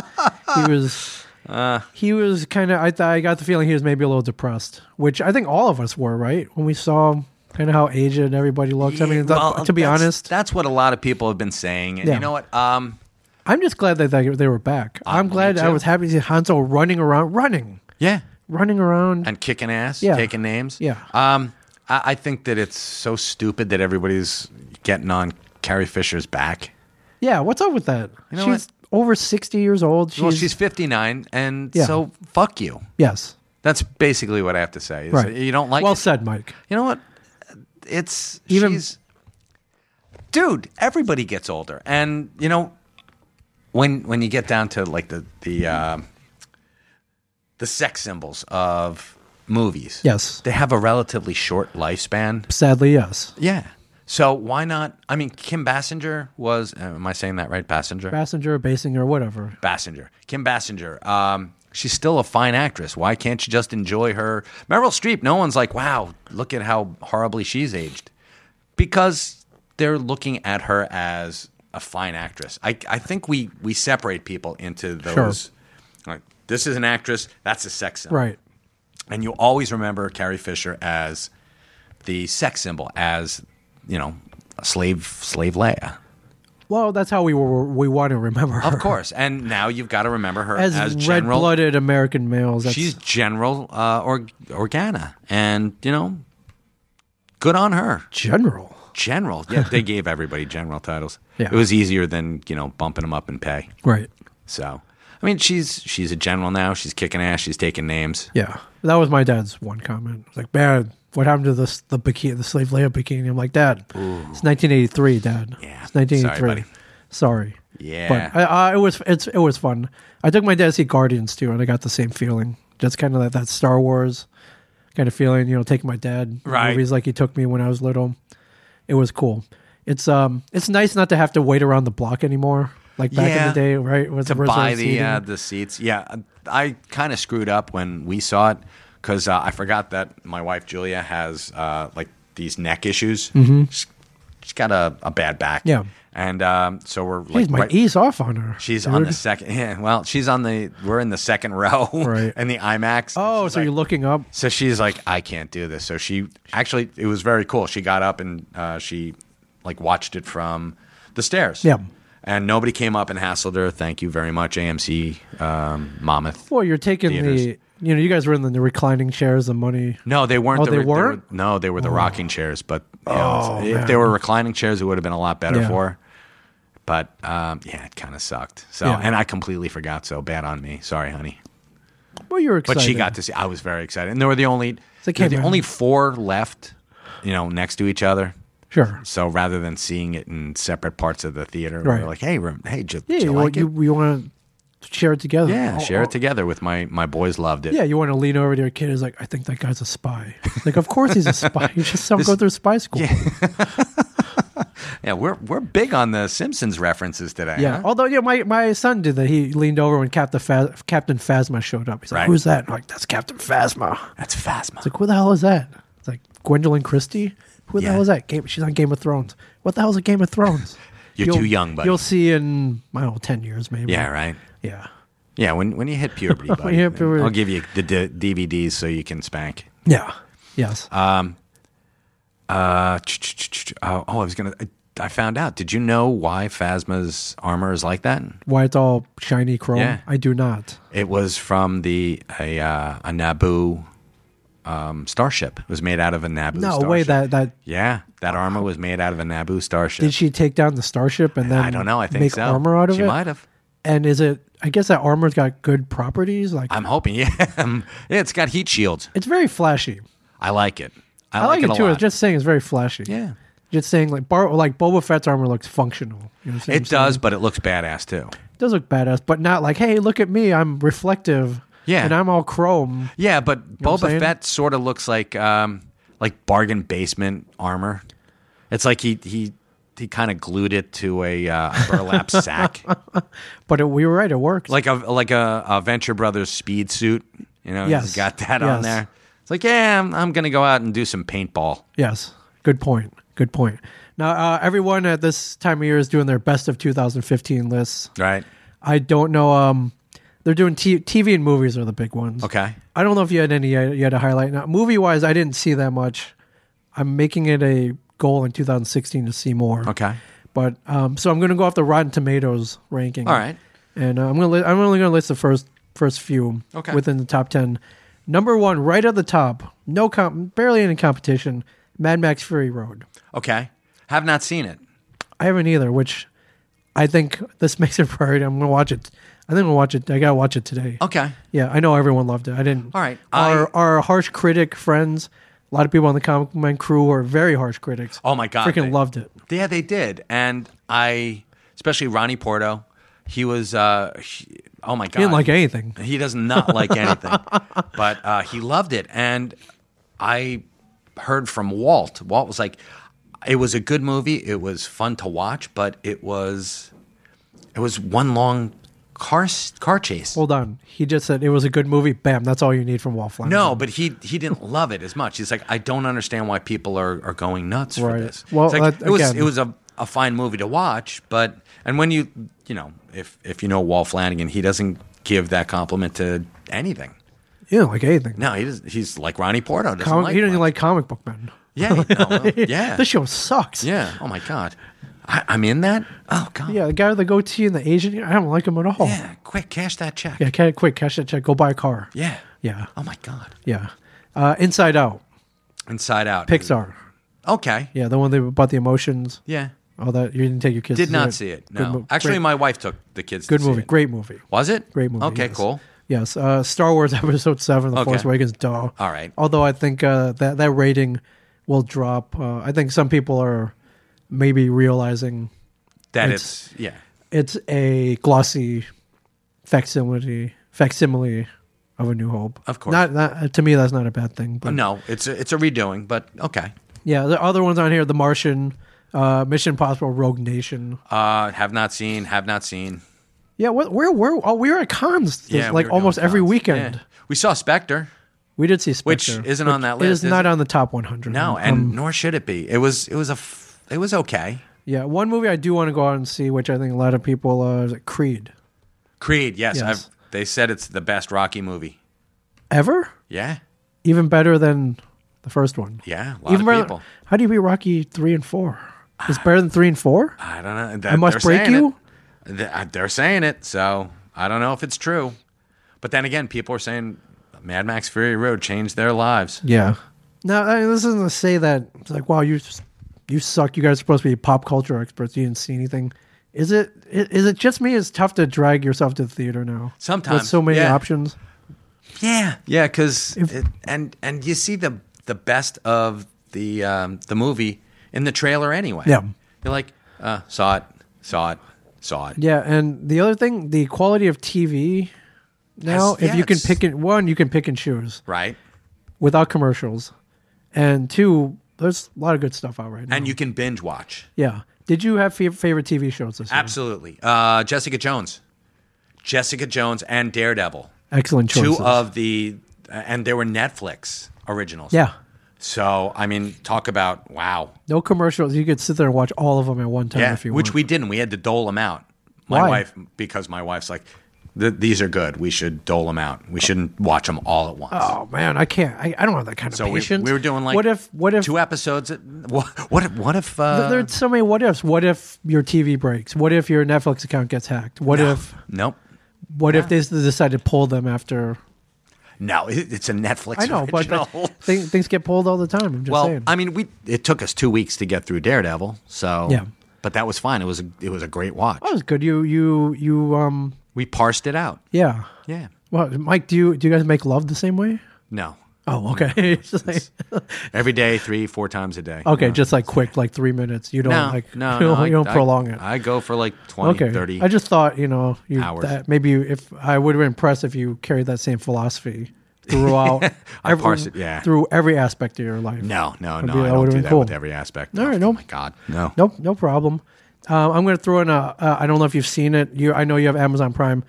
I: He was
J: Ah.
I: he was kind of. I thought I got the feeling he was maybe a little depressed, which I think all of us were, right? When we saw kind of how aged everybody looks. I mean,
J: Well,
I: to be
J: that's-
I: honest,
J: that's what a lot of people have been saying. And
I: Yeah.
J: you know what? Um,
I: I'm just glad that they, they were back. I'm
J: Ah, me
I: glad I
J: too.
I: was happy to see Hanzo running around, running.
J: yeah,
I: running around.
J: and kicking ass,
I: Yeah.
J: taking names.
I: Yeah.
J: Um, I, I think that it's so stupid that everybody's getting on Carrie Fisher's back.
I: yeah, what's up with that?
J: know
I: she's over sixty years old. She's,
J: well, she's 59, and
I: Yeah.
J: so fuck you.
I: yes,
J: That's basically what I have to say. is
I: right.
J: You don't like
I: Well
J: it.
I: said, Mike.
J: You know what? It's
I: Even-
J: she's dude. Everybody gets older, and you know when when you get down to like the the um the sex symbols of movies.
I: Yes.
J: they have a relatively short lifespan.
I: Sadly, yes.
J: Yeah. So why not? I mean, Kim Bassinger was. Am I saying that right? Bassinger.
I: Passenger, Basinger, whatever.
J: Bassinger. Kim Bassinger. Um, she's still a fine actress. Why can't you just enjoy her? Meryl Streep, no one's like, wow, look at how horribly she's aged. Because they're looking at her as a fine actress. I, I think we, we separate people into those. Like, this is an actress, that's a sex symbol.
I: Right.
J: And you always remember Carrie Fisher as the sex symbol, as, you know, a slave, slave Leia.
I: Well, that's how we were. We want to remember her.
J: Of course. And now you've got to remember her as,
I: As,
J: General.
I: red-blooded American males, that's,
J: She's General uh, or- Organa. And, you know, good on her.
I: general.
J: General. Yeah, they gave everybody general titles.
I: Yeah.
J: It was easier than, you know, bumping them up in pay.
I: Right.
J: So, I mean, she's she's a general now. She's kicking ass. She's taking names.
I: Yeah, that was my dad's one comment. It's like, man, what happened to this the bikini, the slave layup bikini? I'm like, Dad, it's 1983, Dad.
J: Yeah.
I: it's 1983.
J: Sorry, buddy.
I: Sorry.
J: Yeah.
I: but I, I, it was it's it was fun. I took my dad to see Guardians too, and I got the same feeling. Just kind of like that Star Wars kind of feeling, you know, taking my dad
J: Right.
I: movies like he took me when I was little. It was cool. It's um, it's nice not to have to wait around the block anymore. Like back in
J: Yeah.
I: the day, right? With
J: to
I: reserved
J: buy the
I: seating.
J: uh, the seats. Yeah, I kind of screwed up when we saw it because uh, I forgot that my wife Julia has uh, like these neck issues. She's- she's got a, a bad back.
I: Mm-hmm. Yeah.
J: and um, so we're like
I: Jeez, my
J: right-
I: ease off on her.
J: She's on
I: dude.
J: the second. Yeah, well, she's on the. We're in the second row,
I: Right.
J: in the IMAX.
I: Oh,
J: She's
I: so
J: like-
I: you're looking up?
J: So she's like, I can't do this. So she actually, it was very cool. She got up and uh, she like watched it from the stairs.
I: Yeah.
J: And nobody came up and hassled her. Thank you very much, AMC um, Monmouth.
I: Well, you're taking
J: Theaters.
I: the. You know, you guys were in the reclining chairs, the money.
J: No, they weren't.
I: Oh,
J: the
I: they Oh.
J: re-
I: weren't?
J: were- no, they were the rocking chairs. But you know, it's- if they were reclining chairs, it would have been a lot better
I: Yeah.
J: for her. But um, yeah, it kind of sucked. So,
I: Yeah.
J: and I completely forgot. So bad on me. Sorry, honey.
I: Well, you were excited.
J: But she got to see. I was very excited, and there were the only
I: like,
J: there were
I: hey,
J: the
I: man.
J: only four left, you know, next to each other.
I: Sure.
J: So rather than seeing it in separate parts of the theater, we
I: Right.
J: are like, hey, rem- hey, did,
I: Yeah,
J: you,
I: you,
J: like
I: want,
J: it?
I: you, you want to share it together.
J: yeah,
I: Oh,
J: share
I: oh.
J: it together with my my boys. Loved it.
I: Yeah, you want to lean over to your kid. Is like, I think that guy's a spy. Like, of course he's a spy. He just some go through spy school. Yeah.
J: yeah, we're we're big on the Simpsons references today. huh?
I: Although, yeah, my, my son did that. He leaned over when Captain Phas- Captain Phasma showed up. He's like,
J: Right.
I: "Who's that?" I'm like, "That's Captain Phasma."
J: that's Phasma.
I: It's like, "Who the hell is that?" It's like Gwendolyn Christie. Who the
J: Yeah.
I: hell is that? Game, she's on Game of Thrones. What the hell's a Game of Thrones?
J: You're
I: You'll-
J: too young, buddy.
I: You'll see in I don't know, ten years maybe.
J: yeah, right.
I: Yeah.
J: Yeah, when when you hit puberty, buddy,
I: you hit puberty.
J: I'll give you the d- DVDs so you can spank.
I: Yeah. Yes.
J: Uh, ch- ch- ch- ch- oh, oh, I was gonna. I- I found out. Did you know why Phasma's armor is like that?
I: Why it's all shiny chrome?
J: yeah.
I: I do not.
J: It was from the a, uh, a Naboo um, starship. It was made out of a Naboo.
I: No
J: starship.
I: way. That that
J: Yeah, that armor was made out of a Naboo starship.
I: did she take down the starship and then
J: I don't know. I think
I: make
J: so.
I: armor out of
J: she
I: it.
J: might have.
I: And is it? I guess that armor's got good properties. Like
J: I'm hoping. Yeah, Um, yeah, it's got heat shields.
I: it's very flashy.
J: I like it. I,
I: I, like, it
J: a
I: too. I
J: lot.
I: was just saying it's very flashy.
J: yeah,
I: Just saying like Bar- like Boba Fett's armor looks functional. You know what I'm
J: it
I: saying?
J: does, but it looks badass too.
I: It does look badass, but not like hey, look at me, I'm reflective.
J: Yeah.
I: And I'm all chrome.
J: Yeah, but
I: know what I'm
J: Boba
I: saying?
J: Fett sort of looks like um, like bargain basement armor. It's like he he he kind of glued it to a uh, burlap sack.
I: But it, we were right. It worked.
J: like a like a, a Venture Brothers speed suit. You know,
I: Yes.
J: he's got that
I: Yes.
J: on there. It's like, yeah, I'm, I'm gonna go out and do some paintball.
I: Yes. Good point. Good point. Now, uh, everyone at this time of year is doing their best of 2015 lists.
J: Right.
I: I don't know. Um, they're doing t- TV and movies are the big ones.
J: Okay.
I: I don't know if you had any uh, you had a highlight. Now, movie wise, I didn't see that much. I'm making it a goal in 2016 to see more.
J: Okay.
I: But um, so I'm going to go off the Rotten Tomatoes ranking.
J: All right.
I: And uh, I'm going to li- I'm only going to list the first first few
J: Okay.
I: within the top 10. Number 1 right at the top. No comp- barely any competition. Mad Max Fury Road.
J: Okay. Have not seen it.
I: I haven't either, which I think this makes it priority. I'm going to watch it. I think I'm going to watch it. I got to watch it today.
J: Okay.
I: Yeah, I know everyone loved it. I didn't.
J: All right,
I: Our, our harsh critic friends, a lot of people on the Comic Man crew are very harsh critics.
J: Oh my God,
I: Freaking
J: they-
I: loved it.
J: Yeah, they did, and I especially Ronnie Porto. He was. Uh, he- oh my god.
I: Didn't like anything.
J: He does not like anything, but uh, he loved it. And I heard from Walt. Walt was like, "It was a good movie. It was fun to watch, but it was, it was one long car s- car chase.
I: Hold on. He just said it was a good movie. Bam. That's all you need from Wallflower.
J: no, but he he didn't love it as much. He's like, I don't understand why people are, are going nuts for
I: Right.
J: this.
I: Well,
J: It's like,
I: that-
J: it was
I: again-
J: it was a, a fine movie to watch, but and when you you know if if you know Wall Flanagan, he doesn't give that compliment to anything.
I: Yeah, like anything.
J: No, he does, he's like Ronnie Porto. Doesn't
I: Com-
J: like
I: he didn't
J: much.
I: like comic book men.
J: Yeah, he- no, well, yeah,
I: This show sucks.
J: yeah. Oh my god, I, I'm in that. Oh god,
I: Yeah, the guy with the goatee and the Asian, I don't like him at all.
J: yeah. Quick, cash that check.
I: Yeah, ca- quick, cash that check. Go buy a car.
J: yeah.
I: Yeah.
J: Oh my god,
I: Yeah. Uh, Inside Out,
J: Inside Out,
I: Pixar.
J: Okay,
I: Yeah, the one they about the emotions,
J: yeah.
I: all that. You didn't take your kids.
J: Did
I: to
J: not see it.
I: Good
J: No,
I: mo-
J: actually,
I: great-
J: my wife took the kids.
I: good
J: to see
I: movie,
J: it.
I: great movie,
J: Was it
I: great movie.
J: Okay,
I: yes.
J: cool.
I: Yes, uh, Star Wars Episode Seven: The
J: Okay.
I: Force Awakens. Duh.
J: All right.
I: Although I think uh, that that rating will drop. Uh, I think some people are maybe realizing
J: That
I: It's-
J: it's yeah.
I: it's a glossy facsimile facsimile of a new hope
J: Of course. Oh,
I: not, not to me that's not a bad thing but
J: No, it's a, it's a redoing, but okay.
I: yeah the other ones on here the martian uh mission possible rogue nation
J: Uh, have not seen. Have not seen.
I: yeah what where were oh we were at cons this-
J: Yeah, we
I: like
J: were
I: almost
J: doing
I: every
J: cons.
I: weekend
J: Yeah. we saw Spectre.
I: we did see Spectre,
J: Which isn't on that list,
I: it is,
J: is
I: not
J: it?
I: on the top 100 Um,
J: No, and nor should it be. It was it was a f- it was okay.
I: yeah one movie i do want to go out and see which i think a lot of people uh is it creed
J: Creed. Yes,
I: Yes.
J: I've, they said it's the best Rocky movie.
I: ever
J: Yeah,
I: even better than the first one
J: yeah. A lot
I: even
J: of
I: better-
J: people.
I: how do you beat rocky three and four it's better than three and four
J: I don't know.
I: I must break you?
J: uh, They're saying it, so I don't know if it's true. But then again, people are saying Mad Max Fury Road changed their lives.
I: Yeah. No, I mean, this isn't to say that it's like, wow, you you suck. You guys are supposed to be pop culture experts. You didn't see anything. Is it i- is it just me? It's tough to drag yourself to the theater now.
J: Sometimes,
I: with so many
J: yeah.
I: options.
J: Yeah, yeah, because and and you see the the best of the um, the movie in the trailer anyway.
I: Yeah.
J: you're like uh, saw it, saw it, saw it.
I: Yeah, and the other thing, the quality of TV now.
J: Has-
I: if you can
J: yes.
I: pick it, one, you can pick and choose
J: Right,
I: without commercials, and two, there's a lot of good stuff out right now.
J: and you can binge watch.
I: yeah. Did you have fav- favorite TV shows this year?
J: Absolutely, uh, Jessica Jones, Jessica Jones, and Daredevil.
I: Excellent choices.
J: Two of the and they were Netflix originals.
I: yeah.
J: So I mean, talk about wow.
I: No commercials. You could sit there and watch all of them at one time
J: Yeah,
I: if you
J: which
I: want.
J: we didn't. We had to dole them out. My
I: Why?
J: wife, because my wife's like, "Th- these are good. We should dole them out. We shouldn't watch them all at once.
I: Oh man, I can't. I, I don't have that kind of
J: so we,
I: patience.
J: we were doing like
I: what if what if
J: two episodes. At, what what if, what if uh,
I: there's so many what ifs. What if your TV breaks? What if your Netflix account gets hacked? What if
J: nope.
I: what if they s- decide to pull them after?
J: No, it, it's a Netflix.
I: I know, but
J: original.
I: that- thing, things get pulled all the time. I'm just
J: well,
I: saying.
J: I mean, we it took us two weeks to get through Daredevil, so
I: Yeah. Oh,
J: But that was fine. It was a, it was a great watch.
I: that was good. You you you um
J: We parsed it out.
I: yeah.
J: Yeah.
I: Well, Mike, do you do you guys make love the same way?
J: No.
I: Oh, okay. It's just like-
J: Every day, three, four times a day.
I: okay,
J: No.
I: just like quick, like three minutes. You don't
J: no,
I: like
J: no,
I: you don't,
J: no,
I: you don't
J: I,
I: prolong
J: I,
I: it.
J: I go for like 20, 30.
I: I just thought, you know, you,
J: hours.
I: that maybe you- if I would have been impressed if you carried that same philosophy throughout
J: I parse it, yeah.
I: through every aspect of your life.
J: no, no,
I: That'd
J: no.
I: be-
J: I
I: that
J: don't
I: would've
J: do
I: been
J: that
I: cool.
J: with every aspect.
I: All right,
J: oh,
I: no.
J: my God, no.
I: Nope, no problem. Um, I'm going to throw in a. Uh, I don't know if you've seen it. You, I know you have Amazon Prime.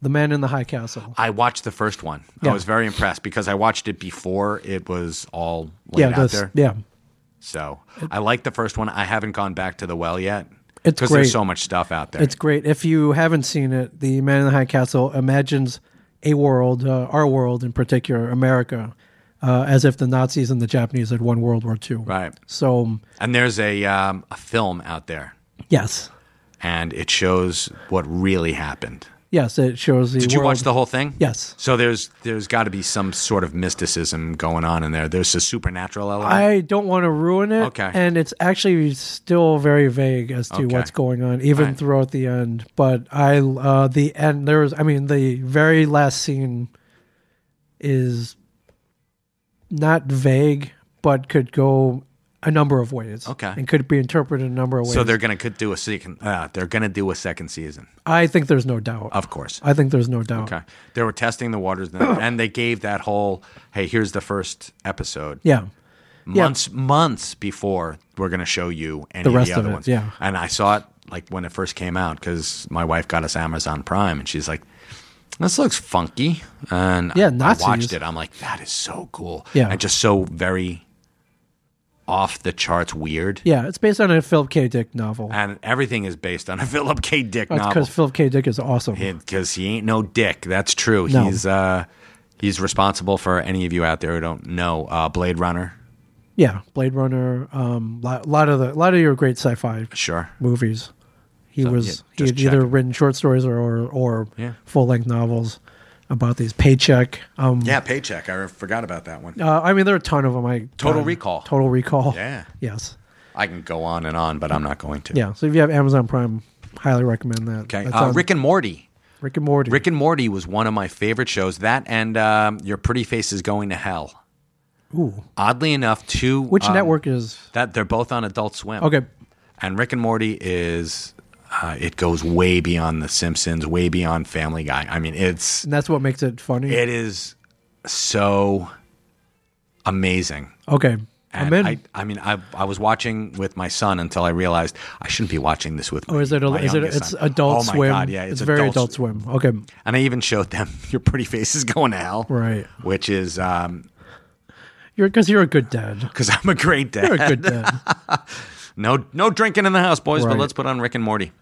I: The Man in the High Castle.
J: I watched the first one.
I: Yeah.
J: I was very impressed because I watched it before it was all laid
I: Yeah,
J: out
I: this-
J: there.
I: yeah.
J: So I like the first one. I haven't gone back to the well yet.
I: It's
J: because
I: great.
J: there's so much stuff out there.
I: It's great. If you haven't seen it, The Man in the High Castle imagines a world, uh, our world in particular, America, uh, as if the Nazis and the Japanese had won World War II.
J: Right.
I: So,
J: and there's a um, a film out there,
I: yes.
J: and it shows what really happened.
I: Yes, it shows the.
J: Did you watch
I: world-
J: the whole thing?
I: Yes.
J: So there's there's got to be some sort of mysticism going on in there. There's a supernatural element.
I: I don't want to ruin it.
J: Okay.
I: And it's actually still very vague as to
J: Okay.
I: what's going on, even
J: Right.
I: throughout the end. But I, uh, the end, there was, I mean, the very last scene is not vague, but could go a number of ways.
J: Okay.
I: And could be interpreted a number of ways.
J: So they're gonna could do a second. Uh, they're gonna do a second season,
I: I think there's no doubt.
J: of course.
I: I think there's no doubt.
J: Okay, they were testing the waters, and- and they gave that whole "Hey, here's the first episode."
I: Yeah.
J: months, months before we're gonna show you any
I: The rest
J: of the
I: of
J: other
I: it,
J: ones.
I: yeah.
J: and I saw it like when it first came out because my wife got us Amazon Prime and she's like, this looks funky. And
I: Yeah,
J: I- I
I: Nazis.
J: watched it. I'm like, that is so cool.
I: Yeah.
J: And just so very off the charts weird.
I: Yeah, it's based on a Philip K. Dick novel.
J: And everything is based on a Philip K. Dick
I: That's
J: novel.
I: because Philip K. Dick is awesome.
J: because he ain't no dick. That's true.
I: No.
J: He's uh, he's responsible for any of you out there who don't know uh, Blade Runner.
I: Yeah, Blade Runner. Um, a lot, lot of the lot of your great sci-fi
J: Sure.
I: movies. He was
J: yeah,
I: he
J: just
I: had either
J: checking.
I: written short stories or or, or
J: Yeah.
I: full length novels about these paycheck. Um,
J: Yeah, paycheck. I forgot about that one.
I: uh, I mean, there are a ton of them. I
J: Total
I: um,
J: Recall.
I: Total Recall.
J: Yeah.
I: Yes.
J: I can go on and on, but I'm not going to.
I: Yeah. So if you have Amazon Prime, highly recommend that.
J: Okay.
I: That's
J: Uh,
I: on
J: Rick and Morty.
I: Rick and Morty.
J: Rick and Morty was one of my favorite shows. That and um, Your Pretty Face is Going to Hell.
I: Ooh.
J: Oddly enough, two.
I: Which
J: um,
I: network is
J: That they're both on Adult Swim.
I: okay?
J: And Rick and Morty is. Uh, it goes way beyond The Simpsons, way beyond Family Guy. I mean, it's
I: And that's what makes it funny.
J: it is so amazing.
I: okay.
J: And
I: I'm in.
J: I, I mean, I, I was watching with my son until I realized I shouldn't be watching this with.
I: or is it?
J: my
I: A, is it?
J: youngest
I: It's
J: son.
I: Adult
J: oh my
I: Swim.
J: God, yeah,
I: it's, very Adult
J: Swim.
I: Swim. Okay.
J: And I even showed them your pretty face is going to hell,
I: Right.
J: Which is because
I: You're because you're a good dad.
J: I'm a great
I: You're a
J: dad.
I: good dad.
J: No, no drinking in the house, boys.
I: Right.
J: But let's put on Rick and Morty.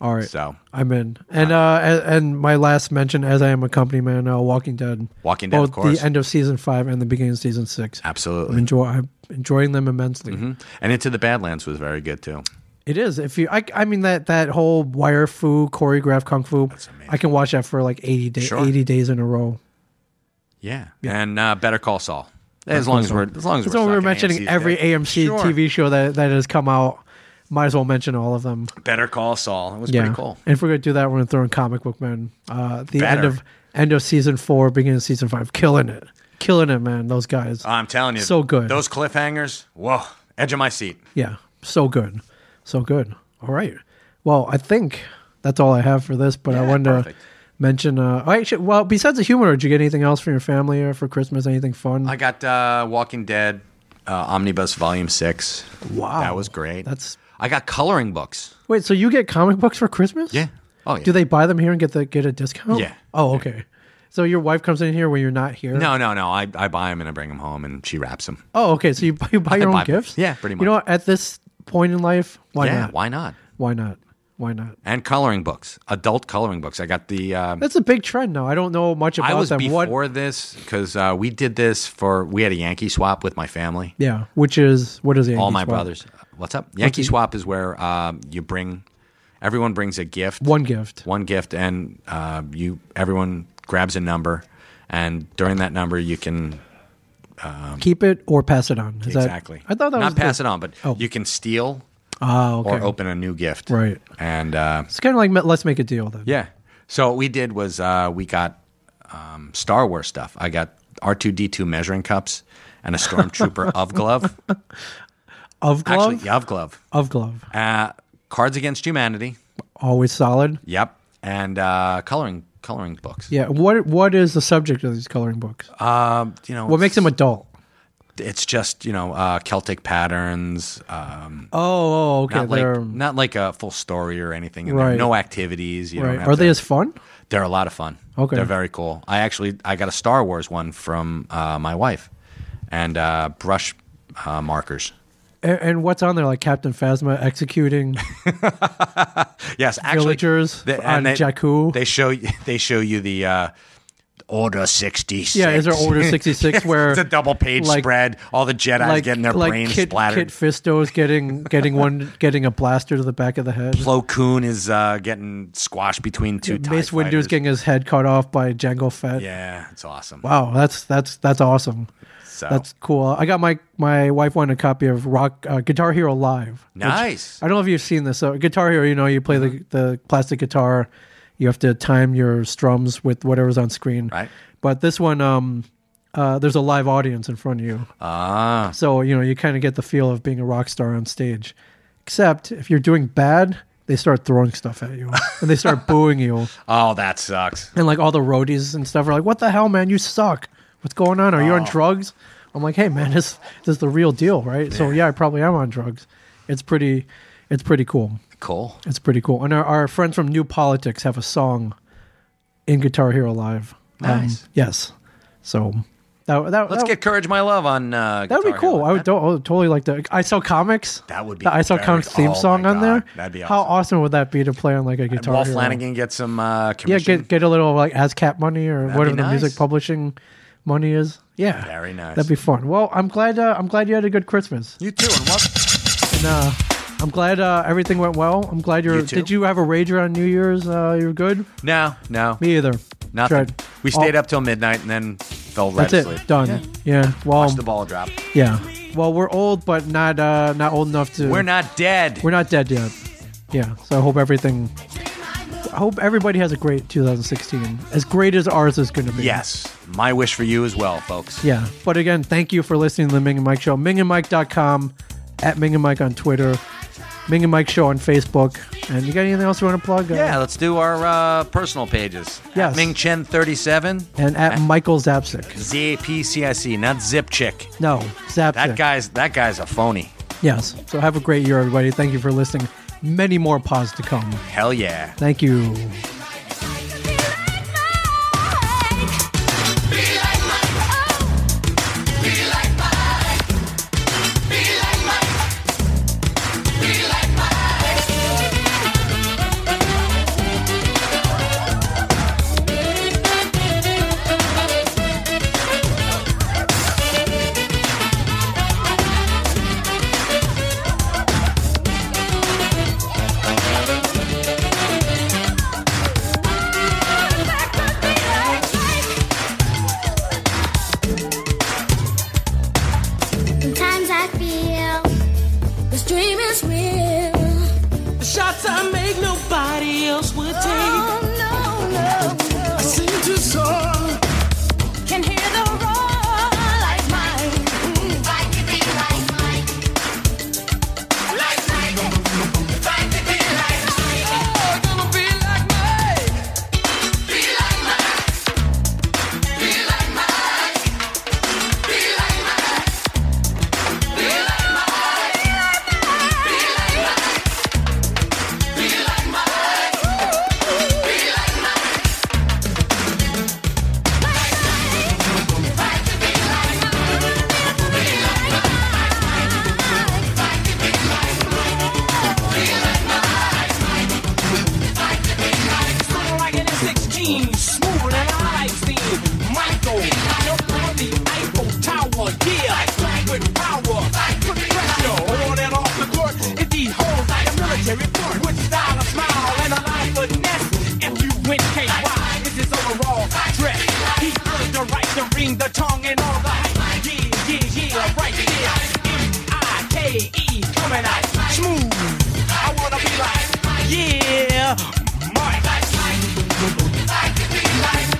I: All right.
J: So.
I: I'm in. And uh a- and my last mention as I am a company man, uh, Walking Dead.
J: Walking Dead,
I: both
J: of course.
I: the end of season five and the beginning of season six. I'm
J: Absolutely. Mm-hmm.
I: enjoy I'm enjoying them immensely.
J: And Into the Badlands was very good too.
I: It is. If you I, I mean that that whole wire fu choreographed kung fu I can watch that for like eighty days
J: Sure.
I: eighty days in a row.
J: Yeah. And uh, Better Call Saul. As long as we're as long as
I: That's
J: we're,
I: why we were
J: sucking
I: mentioning
J: AMC's
I: every
J: dick.
I: AMC
J: Sure.
I: TV show that, that has come out. Might as well mention all of them.
J: Better Call Saul. It was
I: Yeah.
J: pretty cool.
I: And if we're gonna do that, we're gonna throw in comic book man. Uh the end
J: Better.
I: of end of season four, beginning of season five. Killing it. Killing it, man, those guys.
J: Oh, I'm telling you,
I: So good.
J: Those cliffhangers. Whoa, edge of my seat.
I: Yeah, so good, so good. All right. Well, I think that's all I have for this, but I wanted
J: perfect.
I: to mention. Uh, oh, actually, well, besides the humor, did you get anything else for your family or for Christmas? Anything fun?
J: I got uh, Walking Dead, uh, Omnibus Volume Six.
I: wow,
J: that was great.
I: That's
J: I got coloring books.
I: wait. So you get comic books for Christmas?
J: Oh yeah.
I: Do they buy them here and get the get a discount?
J: Yeah.
I: Oh, okay. So your wife comes in here when you're not here.
J: No, no, no. I, I buy them and I bring them home, and she wraps them.
I: Oh, okay. So you buy, you buy your
J: I
I: own
J: buy-
I: gifts?
J: yeah, pretty
I: You know,
J: much.
I: what? at this point in life, why
J: yeah.
I: not?
J: Why not?
I: Why not? Why not?
J: And coloring books, adult coloring books. I got the. Um,
I: That's a big trend now. I don't know much about
J: I was
I: them.
J: before
I: what,
J: this because uh, we did this for we had a Yankee swap with my family.
I: Yeah, which is what is it?
J: all my brothers. What's up? Yankee
I: the-
J: swap is where um, you bring everyone brings a gift.
I: One gift.
J: one gift and uh, you everyone grabs a number and during that number you can
I: Keep it or pass it on. Is that-
J: exactly
I: I thought that
J: not
I: was
J: pass
I: the-
J: it on but
I: Oh.
J: you can steal
I: Oh, okay.
J: or open a new gift
I: Right.
J: and uh,
I: It's kind of like let's make a deal then.
J: yeah so what we did was uh, we got um, Star Wars stuff I got R2D2 measuring cups and a stormtrooper of glove
I: Of glove.
J: actually yeah, of glove
I: Of glove.
J: uh, Cards Against Humanity
I: Always solid.
J: yep and uh, coloring coloring books
I: Yeah. What What is the subject of these coloring books?
J: um, you know
I: what makes them adult?
J: it's just you know uh, Celtic patterns. Um,
I: Oh, oh, okay.
J: not
I: They're
J: like not like a full story or anything. In
I: Right.
J: there. No activities. You
I: right.
J: don't have
I: Are they
J: to-
I: as fun?
J: They're a lot of fun.
I: Okay.
J: They're very cool. I actually I got a Star Wars one from uh, my wife, and uh, brush uh, markers.
I: And, and what's on there? Like Captain Phasma executing
J: Yes, actually,
I: villagers
J: they-
I: on
J: and they,
I: Jakku.
J: They show you. They show you the. Uh, Order sixty six.
I: Yeah, is there Order 66 where,
J: it's a double page
I: like-
J: spread? All the Jedi
I: like
J: getting their
I: like
J: brains
I: Kit, Kit
J: splattered.
I: Fisto's getting getting one getting a blaster to the back of the head.
J: Plo Koon is uh, getting squashed between two. TIE
I: Mace Windu's
J: fighters.
I: getting his head cut off by Jango Fett.
J: Yeah, it's awesome.
I: Wow, that's that's that's awesome.
J: So-
I: That's cool. I got my my wife wanted a copy of Rock uh, Guitar Hero Live. which-
J: Nice. Mm-hmm.
I: I don't know if you've seen this. So Guitar Hero, you know, you play the the plastic guitar. You have to time your strums with whatever's on screen.
J: Right.
I: But this one, um, uh, there's a live audience in front of you.
J: Ah,
I: So, you know, you kind of get the feel of being a rock star on stage. Except if you're doing bad, they start throwing stuff at you and they start booing you.
J: oh, that sucks.
I: And like all the roadies and stuff are like, what the hell, man? You suck. What's going on? Are
J: Oh.
I: you on drugs? I'm like, hey, man, this, this is the real deal, right? So, yeah, I probably am on drugs. It's pretty, it's pretty cool.
J: Cool.
I: It's pretty cool. And our, our friends from New Politics have a song in Guitar Hero Live. Um,
J: Nice.
I: yes. So that, that
J: Let's
I: that,
J: get Courage My Love on uh
I: That would be
J: Guitar Hero.
I: cool. I would, to- I would totally like that. I sell comics.
J: That would be
I: The I sell
J: very-
I: comics theme
J: oh
I: song
J: my
I: on
J: God,
I: there.
J: that'd be
I: How
J: awesome.
I: awesome would that be to play on like a guitar?
J: Walt
I: Hero?
J: Flanagan get some uh
I: Yeah,
J: commission.
I: get get a little like ASCAP money or
J: be
I: whatever the
J: nice.
I: music publishing money is. Yeah,
J: Very nice.
I: That'd be fun. Well, I'm glad. Uh, I'm glad you had a good Christmas.
J: you too. And what?
I: And, uh, I'm glad uh, everything went well. I'm glad you're.
J: You too.
I: did you have a rager on New Year's? Uh, you're good.
J: No, no,
I: Me either.
J: nothing.
I: Tried-
J: We stayed
I: Oh,
J: up till midnight and then fell right
I: That's
J: asleep.
I: it. Done. Yeah. Well.
J: Watch the ball drop.
I: Yeah. Well, we're old, but not uh, not old enough to.
J: We're not dead.
I: We're not dead yet. Yeah. So I hope everything. I hope everybody has a great 2016, as great as ours is going to be.
J: yes, my wish for you as well, folks.
I: Yeah. But again, thank you for listening to the Ming and Mike Show. MingandMike.com, at Ming and Mike on Twitter, Ming and Mike Show on Facebook. And you got anything else you want to plug? Uh,
J: Yeah, let's do our uh, personal pages.
I: Yes.
J: At Ming Chen 37,
I: And at Michael Zapsik.
J: ZAPCIC, not Zip Chick.
I: No, Zapsik.
J: That guy's that guy's a phony.
I: Yes. So have a great year, everybody. Thank you for listening. Many more pods to come.
J: Hell yeah.
I: Thank you.
B: Sometimes I feel this dream is real.
A: The shots I make, nobody else would take.
B: Oh no, no, no.
A: Seem to soar.
C: Can hear the roar like mine.
B: If I could be like Mike. Like Mike. If I could be like Mike. Oh, gonna be like Mike. Be like Mike. Be like Mike. Be like Mike. Be like Mike. Be like Mike. Be like Mike. Be like Mike. If I could be like Mike. Be like Mike. If I could be like Mike. Be like Mike.
A: Summer like an S16, smooth and I steam. Michael, jump on the Eiffel Tower, yeah, with power, put pressure on and off the court. It holds like a military court with style, a smile, and a life of finesse. If you win KY, it's his overall dress. He earned the right to ring the tongue and all the hype. Yeah, yeah, yeah, right there. M-I-K-E, coming out smooth. I wanna be like, yeah, Mike.
B: If I could be
C: Oh,
B: like